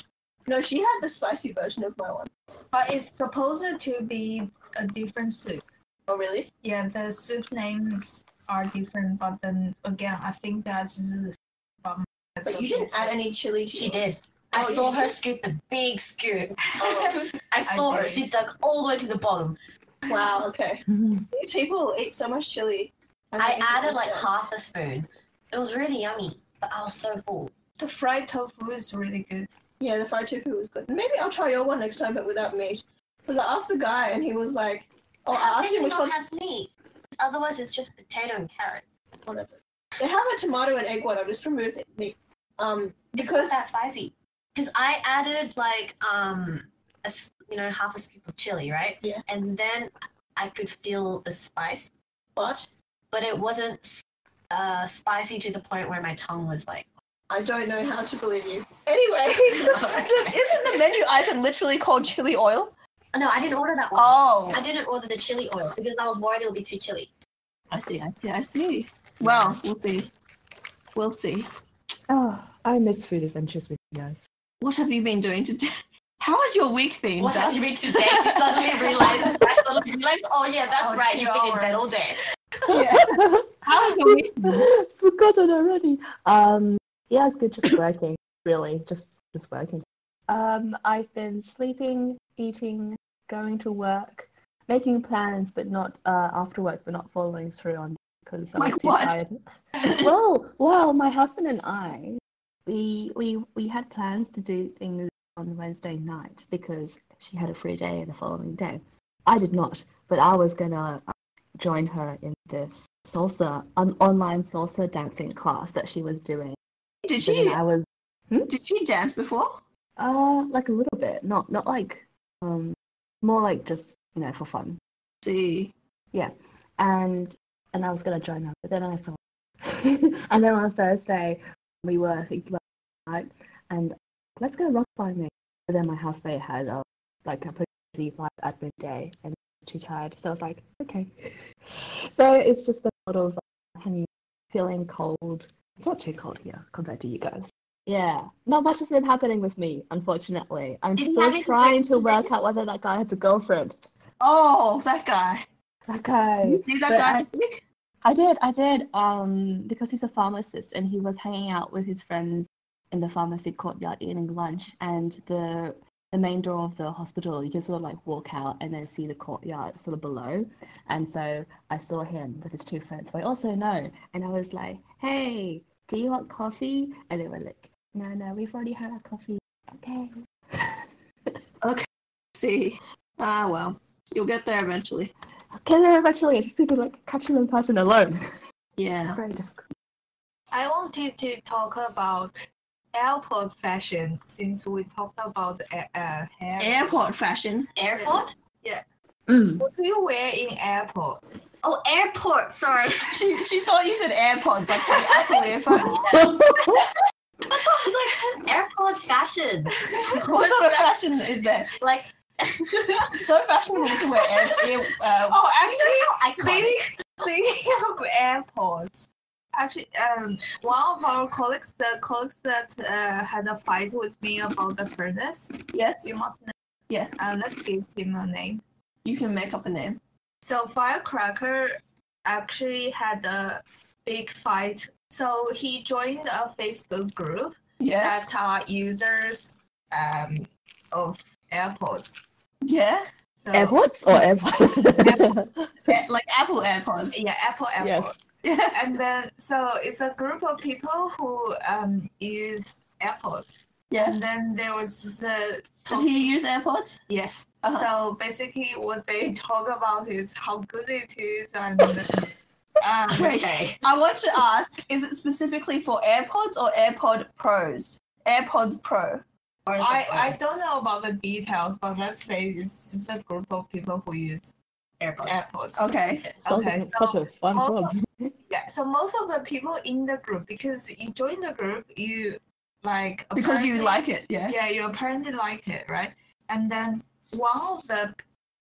Speaker 3: No, she had the spicy version of my one.
Speaker 1: but it's supposed to be a different soup.
Speaker 3: Oh really?
Speaker 1: Yeah, the soup names are different, but then again, I think that's the um, that's
Speaker 3: But you
Speaker 1: okay
Speaker 3: didn't add
Speaker 1: too.
Speaker 3: any chili. To
Speaker 2: She
Speaker 3: yours.
Speaker 2: did. I
Speaker 3: Oh,
Speaker 2: saw
Speaker 3: you
Speaker 2: her
Speaker 3: did?
Speaker 2: scoop a big scoop. Oh, I
Speaker 1: I
Speaker 2: saw her.
Speaker 1: did.
Speaker 2: She dug all the way to the bottom.
Speaker 3: Wow. Okay. These people eat so much chili.
Speaker 2: I
Speaker 3: don't
Speaker 2: added like
Speaker 3: understand.
Speaker 2: half a spoon. It was really yummy, but I was so full.
Speaker 1: The fried tofu is really good.
Speaker 3: Yeah, the fried tofu was good. Maybe I'll try your one next time, but without meat. Because I asked the guy, and he was like, "Oh,
Speaker 2: How
Speaker 3: I
Speaker 2: can
Speaker 3: asked him
Speaker 2: we
Speaker 3: which
Speaker 2: not
Speaker 3: one's
Speaker 2: have meat? Otherwise, it's just potato and carrot.
Speaker 3: whatever." They have a tomato and egg one. I'll just remove it, meat. Um,
Speaker 2: It's not
Speaker 3: because
Speaker 2: that spicy. Because I added like um, a s you know, half a scoop of chili, right?
Speaker 3: Yeah.
Speaker 2: And then I could feel the spice,
Speaker 3: what?
Speaker 2: but it wasn't uh spicy to the point where my tongue was like.
Speaker 3: I don't know how to believe you. Anyway, isn't the menu item literally called chili oil?
Speaker 2: No, I didn't order that one.
Speaker 3: Oh,
Speaker 2: I didn't order the chili oil because I was worried it would be too chilly.
Speaker 3: I see, I see, I see. Well, we'll see. We'll see.
Speaker 4: oh, I miss food adventures with you guys.
Speaker 3: What have you been doing today? How has your week been,
Speaker 2: What
Speaker 3: Jack?
Speaker 2: have you been today? She suddenly realizes. I suddenly realized. Oh yeah, that's
Speaker 1: Oh,
Speaker 2: right.
Speaker 1: two
Speaker 2: You've been in
Speaker 1: hours.
Speaker 2: bed all day.
Speaker 3: How has your week been?
Speaker 4: Forgotten already. Um, yeah, it's good. Just working, really. Just just working. Um, I've been sleeping, eating, going to work, making plans, but not uh, after work, but not following through on because I'm
Speaker 3: Like
Speaker 4: too
Speaker 3: what?
Speaker 4: tired. well, well, my husband and I, we we we had plans to do things on Wednesday night because she had a free day the following day. I did not, but I was gonna uh, join her in this salsa, an online salsa dancing class that she was doing.
Speaker 3: Did
Speaker 4: But then
Speaker 3: she
Speaker 4: I was
Speaker 3: did she dance before?
Speaker 4: uh like a little bit, not not like um more like just you know for fun.
Speaker 3: See,
Speaker 4: and and I was gonna join her, but then I fell. and then on Thursday, we were thinking about night and let's go rock climbing. But then my housemate had a like a pretty busy life admin day and too tired, so I was like, okay. so it's just been a lot of uh, hanging, feeling cold. It's not too cold here compared to you guys. Yeah, not much has been happening with me, unfortunately. I'm
Speaker 2: Didn't have
Speaker 4: still
Speaker 2: any
Speaker 4: trying to
Speaker 2: friends
Speaker 4: work out whether that guy has a girlfriend.
Speaker 3: oh, that guy.
Speaker 4: That guy.
Speaker 3: See that
Speaker 4: But
Speaker 3: guy?
Speaker 4: I-
Speaker 3: this week?
Speaker 4: I did, I did. Um, because he's a pharmacist and he was hanging out with his friends in the pharmacy courtyard eating lunch, and the the main door of the hospital, you can sort of like walk out and then see the courtyard sort of below. And so I saw him with his two friends, who I also know, and I was like, "Hey, do you want coffee?" And they were like, "No, no, we've already had our coffee." Okay.
Speaker 3: See. Ah, well. You'll get there eventually.
Speaker 4: Okay, then eventually I just need to like catch him in person alone.
Speaker 3: Yeah.
Speaker 4: Very difficult.
Speaker 1: I wanted to talk about airport fashion since we talked about uh, uh, hair.
Speaker 3: Airport fashion.
Speaker 2: Airport?
Speaker 4: Mm.
Speaker 1: What do you wear in airport?
Speaker 2: Oh, airport. Sorry.
Speaker 3: She, she thought you said AirPods, like the Apple earphone.
Speaker 2: like airport fashion.
Speaker 3: What sort of fashion is that?
Speaker 2: Like.
Speaker 3: So fashionable to wear air, air uh,
Speaker 1: Oh, actually,
Speaker 2: I
Speaker 1: speaking, speaking of airports, actually, um, one of our colleagues, the colleagues that uh, had a fight with me about the furnace,
Speaker 3: yes.
Speaker 1: you must know.
Speaker 3: Yeah.
Speaker 1: Uh, let's give him a name.
Speaker 3: You can make up a name.
Speaker 1: So Firecracker actually had a big fight. So he joined a Facebook group
Speaker 3: Yeah.
Speaker 1: that are users um, of airports.
Speaker 3: Yeah.
Speaker 1: So,
Speaker 4: Airports or airport?
Speaker 3: Like Apple AirPods.
Speaker 1: Yeah, Apple Airport.
Speaker 4: Yes.
Speaker 3: Yeah.
Speaker 1: and then so it's a group of people who um use AirPods.
Speaker 3: Yeah.
Speaker 1: And then there was the
Speaker 3: Does
Speaker 1: talk-
Speaker 3: he use AirPods?
Speaker 1: yes.
Speaker 3: Uh-huh.
Speaker 1: So basically, what they talk about is how good it is and. Um,
Speaker 3: Great.
Speaker 2: Okay.
Speaker 3: I want to ask, is it specifically for AirPods or AirPod Pros? AirPods Pro.
Speaker 2: Or is it
Speaker 1: I, I
Speaker 2: both?
Speaker 1: don't know about the details, but let's say it's just a group of people who use
Speaker 2: airport.
Speaker 1: AirPods.
Speaker 3: Okay.
Speaker 4: Sounds
Speaker 1: Okay,
Speaker 4: like such a fun
Speaker 1: also-
Speaker 4: club.
Speaker 1: Yeah, so most of the people in the group, because you join the group, you like
Speaker 3: Because you
Speaker 1: apparently-
Speaker 3: like it, yeah?
Speaker 1: yeah, you apparently like it, right? And then one of the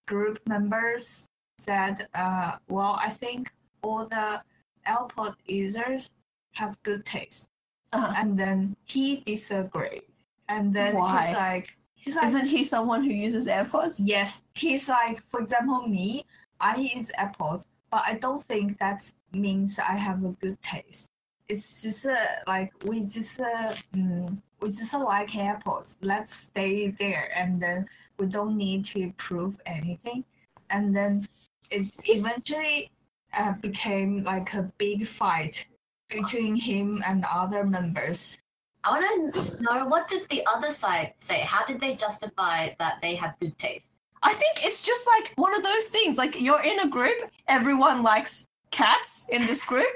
Speaker 1: group members said, uh, well, I think all the airport users have good taste.
Speaker 3: Uh-huh.
Speaker 1: And then he disagreed. And then
Speaker 3: Why?
Speaker 1: he's like, he's like,
Speaker 3: Isn't he someone who uses AirPods?
Speaker 1: yes, he's like, for example, me, I use apples, but I don't think that means I have a good taste. It's just uh, like we just uh, mm, we just like apples. Let's stay there, and then we don't need to prove anything. And then it eventually uh, became like a big fight between him and other members.
Speaker 2: I want to know what did the other side say? How did they justify that they have good taste?
Speaker 3: I think it's just like one of those things. Like you're in a group, everyone likes cats in this group.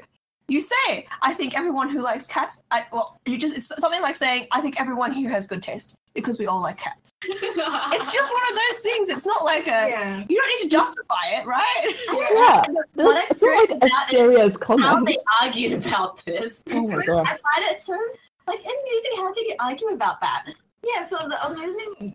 Speaker 3: You say, I think everyone who likes cats, I, well, you just, it's something like saying, I think everyone here has good taste because we all like cats. It's
Speaker 2: it's
Speaker 3: just one of those things. It's not like a,
Speaker 1: Yeah,
Speaker 3: you don't need to justify it, right?
Speaker 4: Yeah,
Speaker 2: What I'm
Speaker 4: it's not
Speaker 2: curious
Speaker 4: like a
Speaker 2: about is
Speaker 4: serious
Speaker 2: how
Speaker 4: comment.
Speaker 2: they argued about this.
Speaker 4: Oh my
Speaker 2: Because
Speaker 4: God.
Speaker 2: I find it so like amusing. How did you argue about that?
Speaker 1: yeah. So the amusing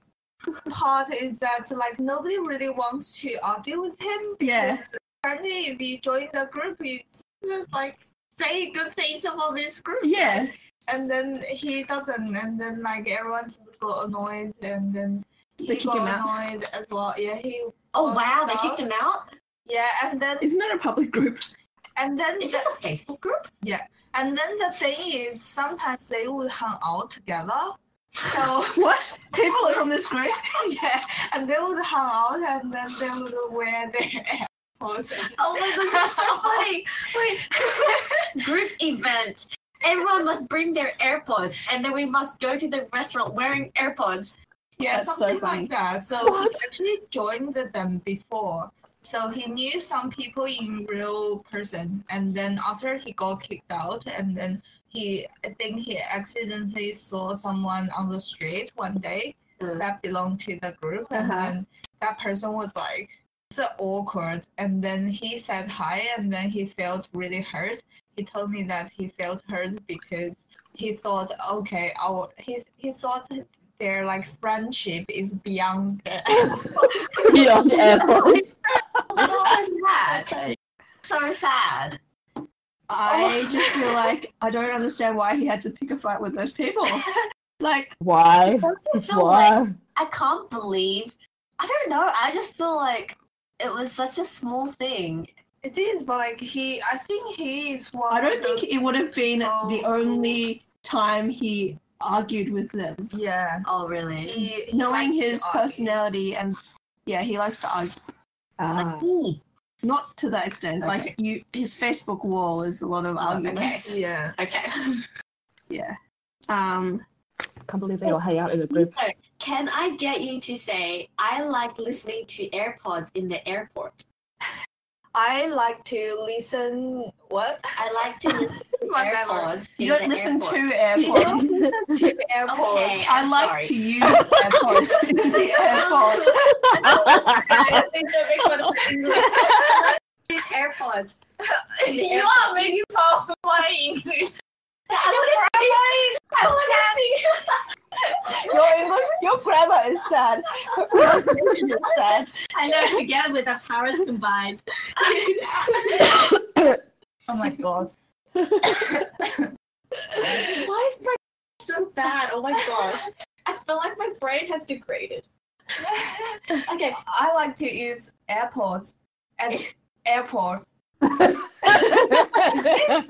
Speaker 1: part is that like nobody really wants to argue with him
Speaker 3: Yeah.
Speaker 1: Yes. Apparently, if you join the group, you just, like say good things about this group.
Speaker 3: Yeah.
Speaker 1: And then he doesn't, and then like everyone's got annoyed, and then
Speaker 3: They
Speaker 1: he
Speaker 3: kick
Speaker 1: got
Speaker 3: him out.
Speaker 1: annoyed as well. Yeah, he.
Speaker 2: Oh
Speaker 1: got
Speaker 2: wow, they
Speaker 1: kicked out.
Speaker 2: kicked him out.
Speaker 1: Yeah, and then
Speaker 3: Isn't that a public group?
Speaker 1: and then
Speaker 2: Is
Speaker 1: the-
Speaker 2: this a Facebook group?
Speaker 1: and then the thing is, sometimes they would hang out together. So
Speaker 3: What? People are from this group?
Speaker 1: yeah, and they would hang out, and then they would wear their AirPods.
Speaker 2: Oh my god, that's so funny. Wait, group event. Everyone must bring their AirPods, and then we must go to the restaurant wearing AirPods.
Speaker 1: Yeah,
Speaker 3: That's so
Speaker 1: something
Speaker 3: funny.
Speaker 1: like that. So
Speaker 4: What?
Speaker 1: he actually joined them before. So he knew some people in real person, and then after he got kicked out, and then he, I think he accidentally saw someone on the street one day
Speaker 2: Mm.
Speaker 1: that belonged to the group, and
Speaker 3: Uh-huh.
Speaker 1: then that person was like, "So awkward." And then he said hi, and then he felt really hurt. He told me that he felt hurt because he thought, okay, our he he thought their like friendship is beyond that.
Speaker 4: Beyond airport.
Speaker 2: This is so sad.
Speaker 3: Okay.
Speaker 2: So sad.
Speaker 1: Oh.
Speaker 3: I just feel like I don't understand why he had to pick a fight with those people. Like,
Speaker 4: Why?
Speaker 2: I feel like
Speaker 4: Why?
Speaker 2: I can't believe. I don't know. I just feel like it was such a small thing,
Speaker 1: It is, but like he, I think he is one.
Speaker 3: I
Speaker 1: of
Speaker 3: don't
Speaker 1: the-
Speaker 3: think it would have been the
Speaker 1: Oh.
Speaker 3: only time he argued with them.
Speaker 1: Yeah.
Speaker 2: Oh, really?
Speaker 1: He, he
Speaker 3: Knowing
Speaker 1: likes to
Speaker 3: his
Speaker 1: argue.
Speaker 3: personality and yeah, he likes to argue.
Speaker 4: Ah,
Speaker 2: Mm.
Speaker 3: Ooh, Not to that extent.
Speaker 2: Okay.
Speaker 3: Like you, his Facebook wall is a lot of arguments.
Speaker 1: Yeah.
Speaker 2: Okay.
Speaker 3: Yeah. Um.
Speaker 4: can't believe they all hang out in a group.
Speaker 2: So, can I get you to say, I like listening to AirPods in the airport?
Speaker 5: I like to listen. What?
Speaker 2: I like to listen to
Speaker 5: My bad,
Speaker 2: AirPods.
Speaker 3: You
Speaker 2: in
Speaker 3: don't
Speaker 2: the
Speaker 3: listen
Speaker 2: airport.
Speaker 3: to AirPods.
Speaker 5: To airport.
Speaker 2: Okay,
Speaker 3: I
Speaker 2: I'm
Speaker 3: like
Speaker 2: sorry.
Speaker 3: to use AirPods in the airport.
Speaker 5: I think they're big one.
Speaker 2: AirPods. In
Speaker 5: You
Speaker 2: the airport.
Speaker 5: are making fun of my English.
Speaker 2: I want to see. I want to see.
Speaker 3: Your English, your grammar is sad. Her pronunciation is sad.
Speaker 2: I know together with our powers combined.
Speaker 1: Oh my god.
Speaker 2: Why is my so bad? Oh my gosh. I feel like my brain has degraded. okay.
Speaker 1: I like to use airports at airport.
Speaker 2: Wait.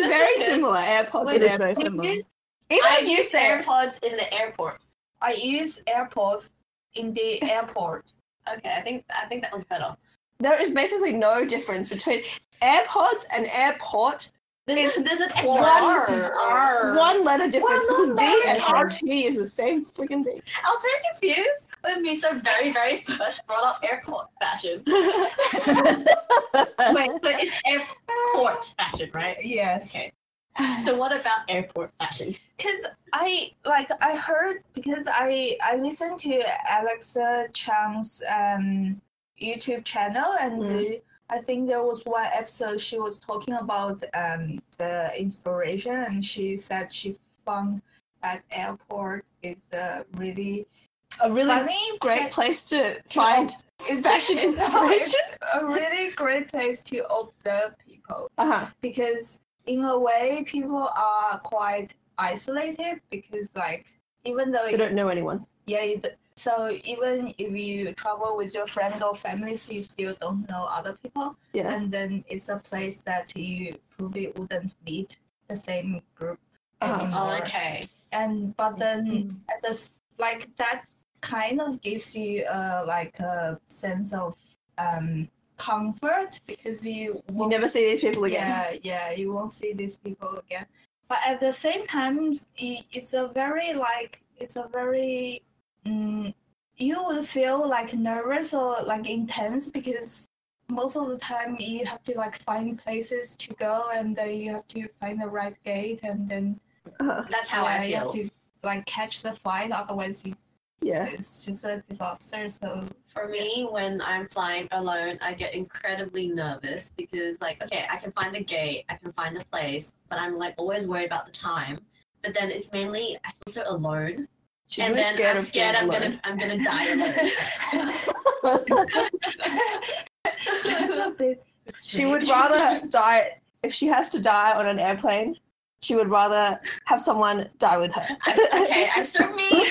Speaker 3: very similar. AirPods and
Speaker 4: it is
Speaker 3: AirPods.
Speaker 4: very similar.
Speaker 3: Even
Speaker 2: I
Speaker 3: if you
Speaker 2: use
Speaker 3: say
Speaker 2: AirPods in the airport.
Speaker 1: I use airports in the airport.
Speaker 2: Okay, I think I think that was better.
Speaker 3: there is basically no difference between AirPods and airport.
Speaker 2: There's, there's an extra
Speaker 3: One,
Speaker 2: R.
Speaker 3: one letter difference
Speaker 2: Well, no
Speaker 3: because D
Speaker 2: matter.
Speaker 3: and RT is the same freaking thing.
Speaker 2: I was very confused when Misa very, very first brought up airport fashion. Wait, but it's airport fashion, right?
Speaker 1: Yes.
Speaker 2: Okay. So what about airport fashion?
Speaker 1: Cause I like I heard because I I listened to Alexa Chang's um YouTube channel and
Speaker 3: Mm.
Speaker 1: uh, I think there was one episode she was talking about um the inspiration and she said she found that airport is a really
Speaker 3: A really
Speaker 1: funny
Speaker 3: great
Speaker 1: but
Speaker 3: place to find fashion inspiration.
Speaker 1: a really great place to observe people
Speaker 3: Uh-huh.
Speaker 1: because in a way people are quite isolated because like even though
Speaker 3: They don't know anyone.
Speaker 1: yeah you d- so even if you travel with your friends or families you still don't know other people
Speaker 3: Yeah.
Speaker 1: and then it's a place that you probably wouldn't meet the same group
Speaker 3: Uh-huh.
Speaker 1: anymore.
Speaker 2: okay.
Speaker 1: and
Speaker 3: Mm-hmm.
Speaker 1: but
Speaker 4: Hmm.
Speaker 1: then at the s like that kind of gives you a like a sense of um comfort because you
Speaker 3: You
Speaker 1: won't
Speaker 3: never see these people again.
Speaker 1: yeah, yeah, you won't see these people again. But at the same time, i- it's a very like it's a very mm, you will feel like nervous or like intense because most of the time you have to like find places to go and then you have to find the right gate and then
Speaker 3: Uh-huh.
Speaker 2: That's how
Speaker 1: yeah,
Speaker 2: I
Speaker 1: you have
Speaker 2: feel.
Speaker 1: to like catch the flight otherwise you,
Speaker 3: Yeah.
Speaker 1: it's just a disaster so
Speaker 2: For me, when I'm flying alone, I get incredibly nervous because, like, okay, I can find the gate, I can find the place, but I'm like always worried about the time. But then it's mainly I feel so alone,
Speaker 3: She's
Speaker 2: and then
Speaker 3: really scared
Speaker 2: I'm
Speaker 3: of
Speaker 2: scared
Speaker 3: being
Speaker 2: I'm
Speaker 3: alone.
Speaker 2: gonna I'm gonna die alone.
Speaker 1: it's a bit
Speaker 3: She would rather die if she has to die on an airplane. She would rather have someone die with her.
Speaker 2: okay, I'm so mean.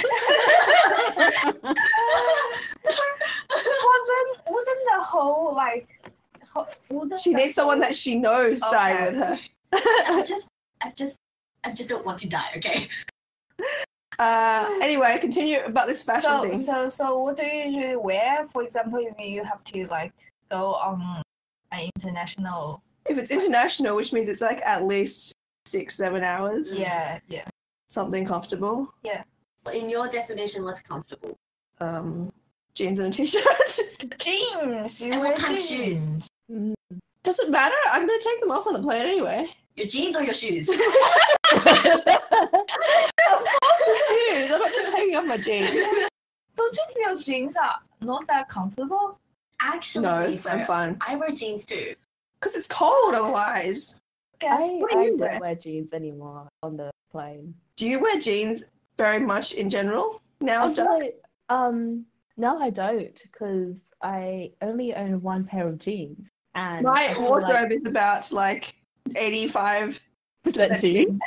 Speaker 1: well then wouldn't the whole like ho- wouldn't
Speaker 3: she
Speaker 1: the
Speaker 3: needs someone
Speaker 1: whole-
Speaker 3: that she knows die
Speaker 1: Okay.
Speaker 3: with her.
Speaker 2: I just I just I just don't want to die. Okay.
Speaker 3: Uh, anyway, continue about this fashion
Speaker 1: so,
Speaker 3: thing.
Speaker 1: So, so what do you usually wear? For example, if you have to like go on an international,
Speaker 3: if it's international, which means it's like at least six, seven hours,
Speaker 1: yeah, yeah,
Speaker 3: something comfortable,
Speaker 2: But in your definition, what's comfortable?
Speaker 3: um, jeans and a t-shirt.
Speaker 1: jeans. You
Speaker 2: And
Speaker 1: wear
Speaker 2: what kind of
Speaker 1: jeans.
Speaker 2: shoes?
Speaker 3: Doesn't matter. I'm gonna take them off on the plane anyway.
Speaker 2: Your jeans or your shoes?
Speaker 3: Jeans. I'm not just taking off my jeans.
Speaker 1: Don't you feel jeans are not that comfortable?
Speaker 2: Actually,
Speaker 3: No,
Speaker 2: so
Speaker 3: I'm fine.
Speaker 2: I wear jeans too.
Speaker 3: Cause it's cold otherwise.
Speaker 4: I,
Speaker 1: Okay.
Speaker 3: What do
Speaker 4: I
Speaker 3: you
Speaker 4: don't
Speaker 3: wear?
Speaker 4: wear? jeans anymore on the plane.
Speaker 3: Do you wear jeans very much in general now? Doug?
Speaker 4: Actually, um, no, I don't, because I only own one pair of jeans, and
Speaker 3: My
Speaker 4: I feel like-
Speaker 3: wardrobe is about like 85.
Speaker 4: Is that jeans.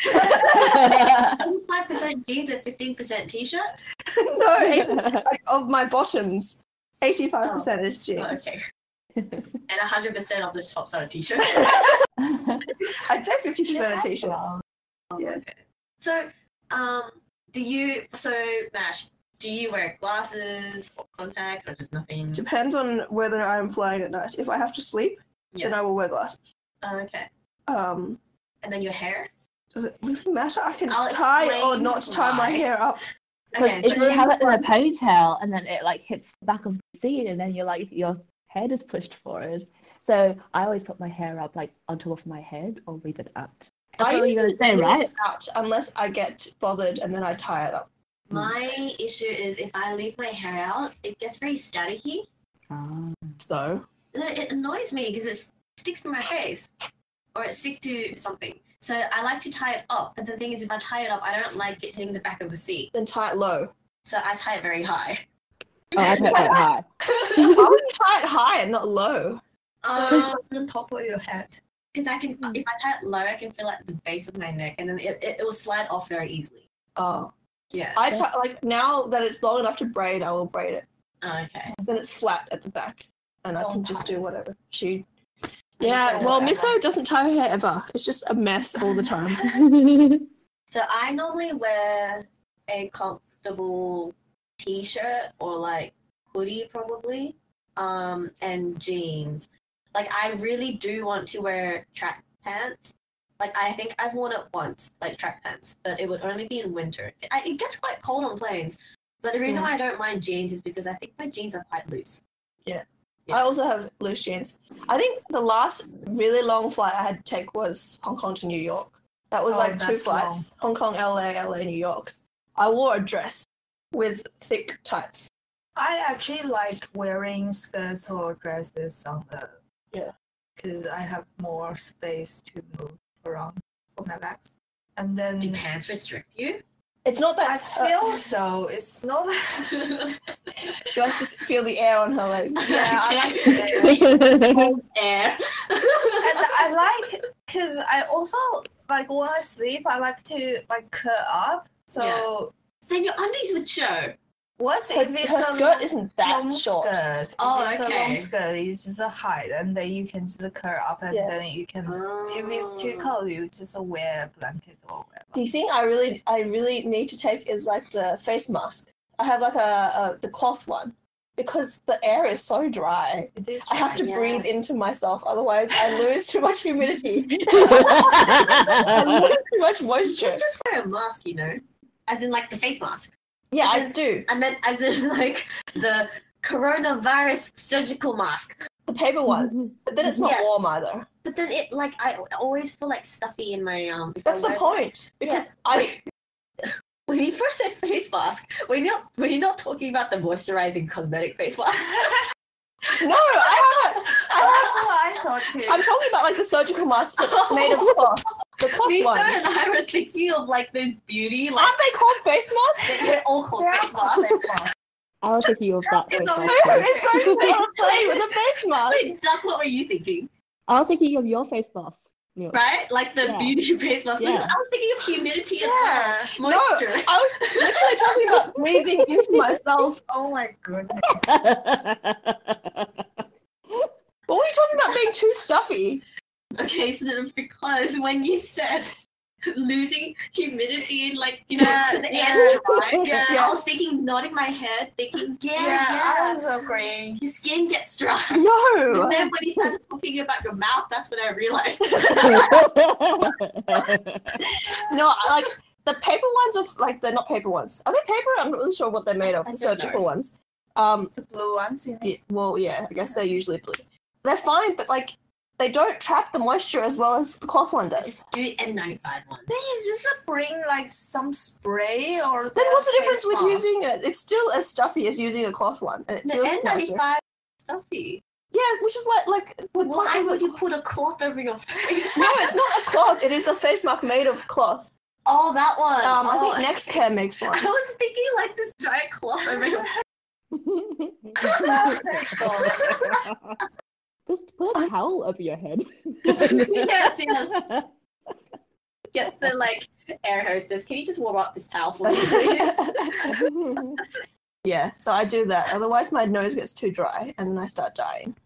Speaker 2: Five percent jeans and fifteen percent t-shirts.
Speaker 3: no, 80, like, of my bottoms, 85% is
Speaker 2: Oh,
Speaker 3: jeans.
Speaker 2: okay. and 100% of the tops are t-shirt.
Speaker 3: I'd say 50% of t-shirts. Yeah.
Speaker 2: So, um, do you, so Mash, do you wear glasses or contacts or just nothing?
Speaker 3: Depends on whether I'm flying at night. If I have to sleep, then
Speaker 2: Yeah.
Speaker 3: I will wear glasses.
Speaker 2: Okay.
Speaker 3: Um,
Speaker 2: And then your hair?
Speaker 3: does it really matter? I can
Speaker 2: I'll
Speaker 3: tie or
Speaker 2: explain
Speaker 3: not tie my
Speaker 2: why.
Speaker 3: hair up.
Speaker 2: Okay,
Speaker 4: if
Speaker 2: so
Speaker 4: you have it in a ponytail and then it like hits the back of the seat and then you're like your head is pushed forward. So I always put my hair up like on top of my head or leave it out. That's what you're gonna say, right?
Speaker 3: Out unless I get bothered and then I tie it up.
Speaker 2: my issue is if I leave my hair out, it gets very staticky.
Speaker 4: Ah.
Speaker 3: So
Speaker 2: No, It annoys me because it sticks to my face or it sticks to something. So I like to tie it up, but the thing is, if I tie it up, I don't like it hitting the back of the seat.
Speaker 3: then tie it low.
Speaker 2: So I tie it very high.
Speaker 4: Oh, I don't know why.
Speaker 3: I would tie it high and not low.
Speaker 2: Um,
Speaker 1: on top of your head.
Speaker 2: because I can, if I tie it low, I can feel like the base of my neck, and then it, it, it will slide off very easily.
Speaker 3: Oh,
Speaker 2: Yeah.
Speaker 3: I tie like now that it's long enough to braid, I will braid it.
Speaker 2: Oh, Okay.
Speaker 3: Then it's flat at the back, and I can
Speaker 1: Don't
Speaker 3: just
Speaker 1: tie
Speaker 3: do whatever she. Yeah,
Speaker 2: don't
Speaker 3: well,
Speaker 2: tie it
Speaker 3: Miso doesn't tie her hair ever. It's just a mess all the time.
Speaker 2: So I normally wear a comfortable t-shirt or like hoodie probably, um, and jeans. Like I really do want to wear track pants. Like I think I've worn it once, like track pants, but it would only be in winter. I, it gets quite cold on planes, but the
Speaker 1: Mm.
Speaker 2: reason why I don't mind jeans is because I think my jeans are quite loose. Yeah.
Speaker 3: I also have loose jeans. I think the last really long flight I had to take was Hong Kong to New York. That was
Speaker 1: Oh,
Speaker 3: like two
Speaker 1: that's
Speaker 3: flights Hong Kong, LA, LA, New York. I wore a dress with thick tights.
Speaker 1: I actually like wearing skirts or dresses on the
Speaker 3: Yeah.
Speaker 1: because I have more space to move around for my legs. And then
Speaker 2: Do pants restrict you?
Speaker 3: It's not that uh,
Speaker 1: I feel so. It's not that
Speaker 3: she likes to s- feel the air on her leg.
Speaker 1: Yeah, I like
Speaker 2: Okay. Air.
Speaker 1: and I like because I also like when I sleep, I like to like curl up. So
Speaker 2: so your undies would show.
Speaker 1: what
Speaker 3: Her,
Speaker 1: if it's
Speaker 3: her
Speaker 1: a
Speaker 3: skirt isn't that
Speaker 1: long
Speaker 3: short.
Speaker 1: skirt? If
Speaker 2: Oh,
Speaker 1: it's a
Speaker 2: okay.
Speaker 1: long skirt. It's just a height, and then you can just curl up, and
Speaker 3: Yeah.
Speaker 1: then you can. If it's too
Speaker 2: Oh.
Speaker 1: cold, you just wear a blanket or whatever.
Speaker 3: The thing I really, I really need to take is like the face mask. I have like a, a the cloth one because the air is so dry.
Speaker 1: It is
Speaker 3: I have to
Speaker 2: Yes.
Speaker 3: breathe into myself, otherwise I lose too much humidity. I
Speaker 4: oh
Speaker 3: lose too much
Speaker 2: You
Speaker 3: moisture.
Speaker 2: can just wear a mask, you know, as in like the face mask.
Speaker 3: Yeah, I
Speaker 2: Isn't-
Speaker 3: do.
Speaker 2: I meant as in like the coronavirus surgical mask.
Speaker 3: The paper one. But then it's not
Speaker 2: Yes.
Speaker 3: warm either.
Speaker 2: But then it like I always feel like stuffy in my um. if
Speaker 3: That's
Speaker 2: I
Speaker 3: the
Speaker 2: wear-
Speaker 3: point. Because I
Speaker 2: When you first said face mask, we're not we're not talking about the moisturizing cosmetic face mask.
Speaker 3: No, I haven't
Speaker 1: That's
Speaker 3: I
Speaker 1: what I thought too.
Speaker 3: have I'm talking about like the surgical mask but made of cloth. The cloth
Speaker 2: Lisa
Speaker 3: ones.
Speaker 2: and I were thinking of like those beauty like
Speaker 3: Aren't they called face masks?
Speaker 2: they're all called
Speaker 1: They're
Speaker 2: face
Speaker 1: all
Speaker 2: masks.
Speaker 1: face masks.
Speaker 4: I was thinking of that face
Speaker 2: It's on
Speaker 3: No,
Speaker 4: mask. first.
Speaker 3: it's going to be on a plane with a face mask.
Speaker 2: Wait, Duck, what were you thinking?
Speaker 4: I was thinking of your face mask. Neil.
Speaker 2: Right? Like the
Speaker 4: Yeah.
Speaker 2: beauty face mask. Because
Speaker 4: Yeah.
Speaker 2: I was thinking of humidity
Speaker 1: Yeah.
Speaker 2: as well. Moisture.
Speaker 3: I was literally talking about breathing into myself.
Speaker 1: Oh my goodness.
Speaker 3: What were you talking about being too stuffy?
Speaker 2: Okay, so then because when you said losing humidity and like you know
Speaker 1: Yeah,
Speaker 2: the
Speaker 1: yeah.
Speaker 2: air dry,
Speaker 4: Yeah.
Speaker 2: I was thinking nodding my head, thinking yeah,
Speaker 1: Yeah,
Speaker 2: yeah,
Speaker 1: I was agreeing.
Speaker 2: your skin gets dry.
Speaker 3: No.
Speaker 2: And then when you started talking about your mouth, that's when I realized.
Speaker 3: No, I- like the paper ones are f- like they're not paper ones. Are they paper? I'm not really sure what they're made of.
Speaker 2: I
Speaker 3: The
Speaker 2: don't know.
Speaker 3: surgical ones. Um.
Speaker 1: The blue ones, you mean?
Speaker 3: yeah, well, yeah. I guess they're usually blue. They're fine, but like they don't trap the moisture as well as the cloth one does.
Speaker 2: Just do N95 one.
Speaker 1: Then you just uh, bring like some spray or.
Speaker 3: Then what's the
Speaker 1: face
Speaker 3: difference with
Speaker 1: mask.
Speaker 3: using it? It's still as stuffy as using a cloth one, and it
Speaker 2: The
Speaker 3: feels nicer.
Speaker 2: N95 stuffy.
Speaker 3: Yeah, which is what like the point
Speaker 2: Why
Speaker 3: of the-
Speaker 2: would you put a cloth over your face?
Speaker 3: No, it's not a cloth. It is a face mask made of cloth.
Speaker 2: Oh, that one.
Speaker 3: Um, I
Speaker 2: Oh,
Speaker 3: think Next Care makes one.
Speaker 2: I was thinking like this giant cloth over your
Speaker 4: Just put a towel over your head.
Speaker 2: Just- yes, yes. Get the like air hostess. Can you just warm up this towel for me, please?
Speaker 3: yeah, so I do that. Otherwise, my nose gets too dry and then I start dying.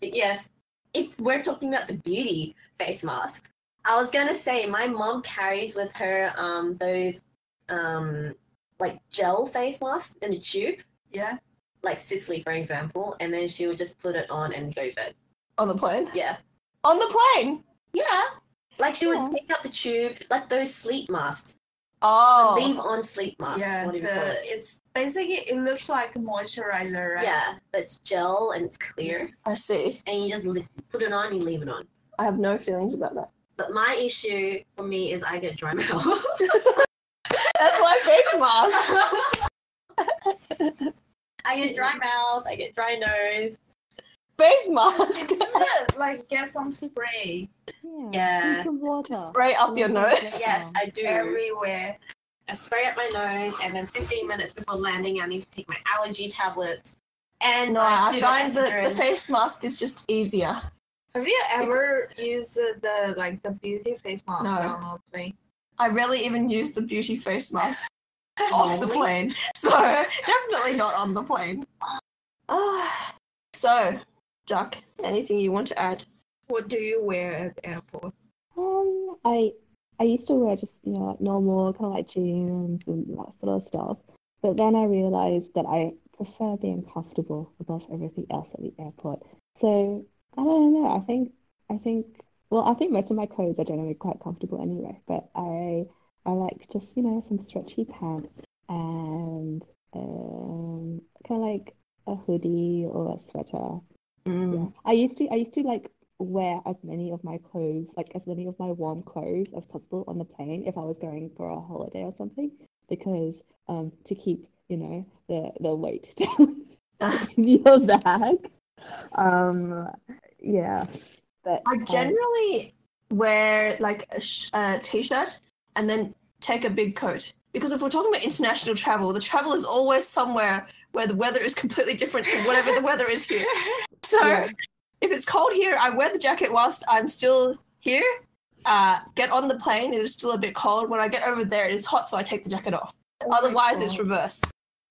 Speaker 2: yes. If we're talking about the beauty face masks, I was gonna say my mom carries with her um those um like gel face masks in a tube,
Speaker 1: Yeah.
Speaker 2: like Sisley for example, and then she would just put it on and go bed.
Speaker 3: On the plane?
Speaker 2: Yeah.
Speaker 3: On the plane.
Speaker 2: Yeah. Like she
Speaker 3: Yeah.
Speaker 2: would take out the tube, like those sleep masks.
Speaker 3: Oh.
Speaker 2: Leave on sleep masks.
Speaker 1: yeah.
Speaker 2: what do you
Speaker 1: the-
Speaker 2: call it?
Speaker 1: It's basically it looks like moisturizer, right?
Speaker 2: Yeah, but it's gel and it's clear,
Speaker 3: I see.
Speaker 2: and you just li- put it on, you leave it on.
Speaker 3: I have no feelings about that.
Speaker 2: But my issue for me is I get dry mouth.
Speaker 3: That's my face mask.
Speaker 2: I get dry mouth. I get dry nose.
Speaker 3: Face mask.
Speaker 1: It's, uh, like get some spray
Speaker 2: Yeah.
Speaker 4: Drink some water.
Speaker 3: Spray up your nose.
Speaker 2: Yes, I do.
Speaker 1: everywhere.
Speaker 2: I spray up my nose, and then 15 minutes before landing, I need to take my allergy tablets. And
Speaker 3: No,
Speaker 2: my
Speaker 3: I find that the
Speaker 2: pseudoephedrine.
Speaker 3: face mask is just easier.
Speaker 1: Have you ever used uh, the like the beauty face mask
Speaker 3: No.
Speaker 1: on a plane?
Speaker 3: I rarely even use the beauty face mask off the
Speaker 2: Really?
Speaker 3: plane. So definitely not on the plane. Ah. so, Duck, anything you want to add?
Speaker 1: What do you wear at the airport?
Speaker 4: Um, I I used to wear just you know like normal kind of like jeans and that sort of stuff, but then I realized that I prefer being comfortable above everything else at the airport. So I don't know. I think I think well, I think most of my clothes are generally quite comfortable anyway. But I I like just you know some stretchy pants and um kind of like a hoodie or a sweater. Yeah. I used to I used to like wear as many of my clothes, like as many of my warm clothes as possible on the plane if I was going for a holiday or something, because um to keep, you know, the the weight down in your bag. Um yeah. But
Speaker 3: I
Speaker 4: um,
Speaker 3: generally wear like a, sh- a t-shirt and then take a big coat because if we're talking about international travel, the travel is always somewhere where the weather is completely different to whatever the weather is here. So
Speaker 4: Yeah.
Speaker 3: if it's cold here, I wear the jacket whilst I'm still here. Uh, get on the plane; it is still a bit cold. When I get over there, it is hot, so I take the jacket off.
Speaker 1: Oh my
Speaker 3: Otherwise, it's
Speaker 1: God.
Speaker 3: reverse.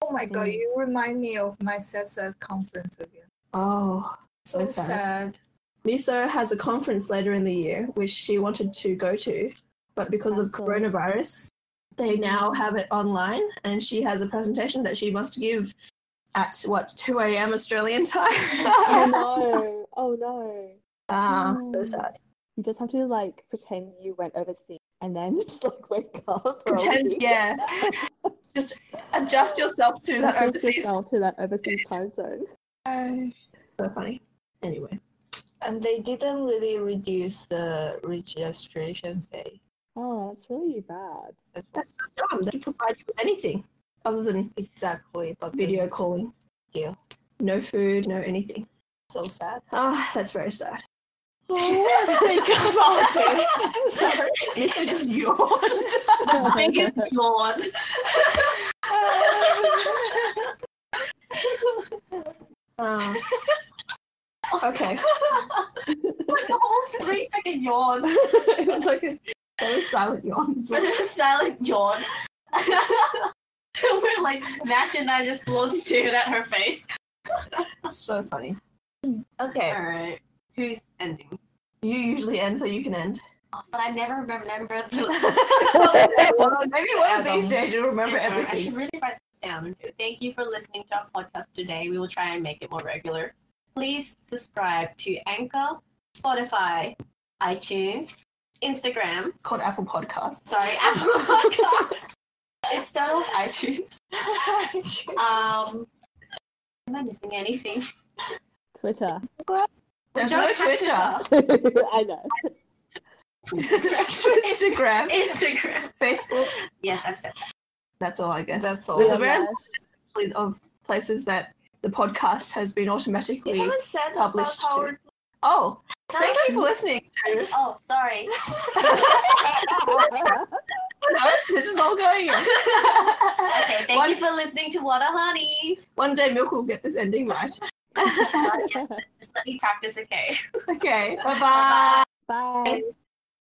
Speaker 1: Oh my god, you remind me of my SESA conference again.
Speaker 3: Oh,
Speaker 1: So
Speaker 3: sad.
Speaker 1: sad.
Speaker 3: Miso has a conference later in the year, which she wanted to go to, but because of
Speaker 4: Cancelled.
Speaker 3: coronavirus, they now have it online, and she has a presentation that she must give at what 2 a.m. Australian
Speaker 4: Oh
Speaker 3: time.
Speaker 4: no. Oh no.
Speaker 3: Ah, so
Speaker 4: No.
Speaker 3: sad.
Speaker 4: You just have to like pretend you went overseas and then just like wake up. for a
Speaker 3: Pretend,
Speaker 4: week.
Speaker 3: yeah. Just adjust yourself to that
Speaker 4: Adjust
Speaker 3: overseas.
Speaker 4: yourself to that overseas time zone.
Speaker 3: So funny. Anyway,
Speaker 1: Uh, and they didn't really reduce the registration fee.
Speaker 4: Oh, that's really bad.
Speaker 1: That was
Speaker 3: that's so dumb. They provide you with anything other than
Speaker 1: exactly, but they-
Speaker 3: video calling.
Speaker 1: Yeah.
Speaker 3: No food, no anything.
Speaker 1: so sad.
Speaker 3: Ah, that's very sad.
Speaker 2: Sorry.
Speaker 3: Miso just yawned.
Speaker 2: the biggest yawn.
Speaker 3: okay.
Speaker 2: like a whole three second yawn.
Speaker 3: it was like a very silent yawn. as
Speaker 2: But
Speaker 3: well.
Speaker 2: it was silent yawn. We're like, Nash and I just both stared at her face.
Speaker 3: so funny.
Speaker 1: Okay.
Speaker 2: Alright. Who's ending?
Speaker 3: You usually end, so you can end.
Speaker 2: Oh, but I never remember the
Speaker 3: Maybe one of these
Speaker 1: Adam.
Speaker 3: days you'll remember
Speaker 2: Yeah, I should
Speaker 3: everything.
Speaker 2: really write this down. Thank you for listening to our podcast today. We will try and make it more regular. Please subscribe to Anchor, Spotify, iTunes, Instagram.
Speaker 3: It's called Apple Podcasts.
Speaker 2: Sorry, Apple Podcast. It's started with iTunes. Um, am I missing anything?
Speaker 4: Twitter.
Speaker 3: There's
Speaker 2: We
Speaker 3: no
Speaker 2: don't have
Speaker 3: Twitter.
Speaker 4: I know.
Speaker 3: Instagram.
Speaker 2: Instagram.
Speaker 3: Facebook.
Speaker 2: Yes, I've said that.
Speaker 3: That's all, I guess.
Speaker 1: That's
Speaker 3: There's
Speaker 1: all.
Speaker 3: a very
Speaker 4: Lash.
Speaker 3: list of places that the podcast has been
Speaker 1: You
Speaker 3: automatically.
Speaker 1: haven't said
Speaker 3: Published
Speaker 1: about
Speaker 3: to-
Speaker 1: how
Speaker 3: Oh, thank you for listening. to-
Speaker 2: Oh, sorry.
Speaker 3: No, this is all going in.
Speaker 2: Okay, thank
Speaker 3: One-
Speaker 2: you for listening to What a Honey.
Speaker 3: One day Milk will get this ending right.
Speaker 2: Uh, yes, just let me practice, okay?
Speaker 3: Okay, bye bye.
Speaker 2: Bye-bye.
Speaker 4: Bye.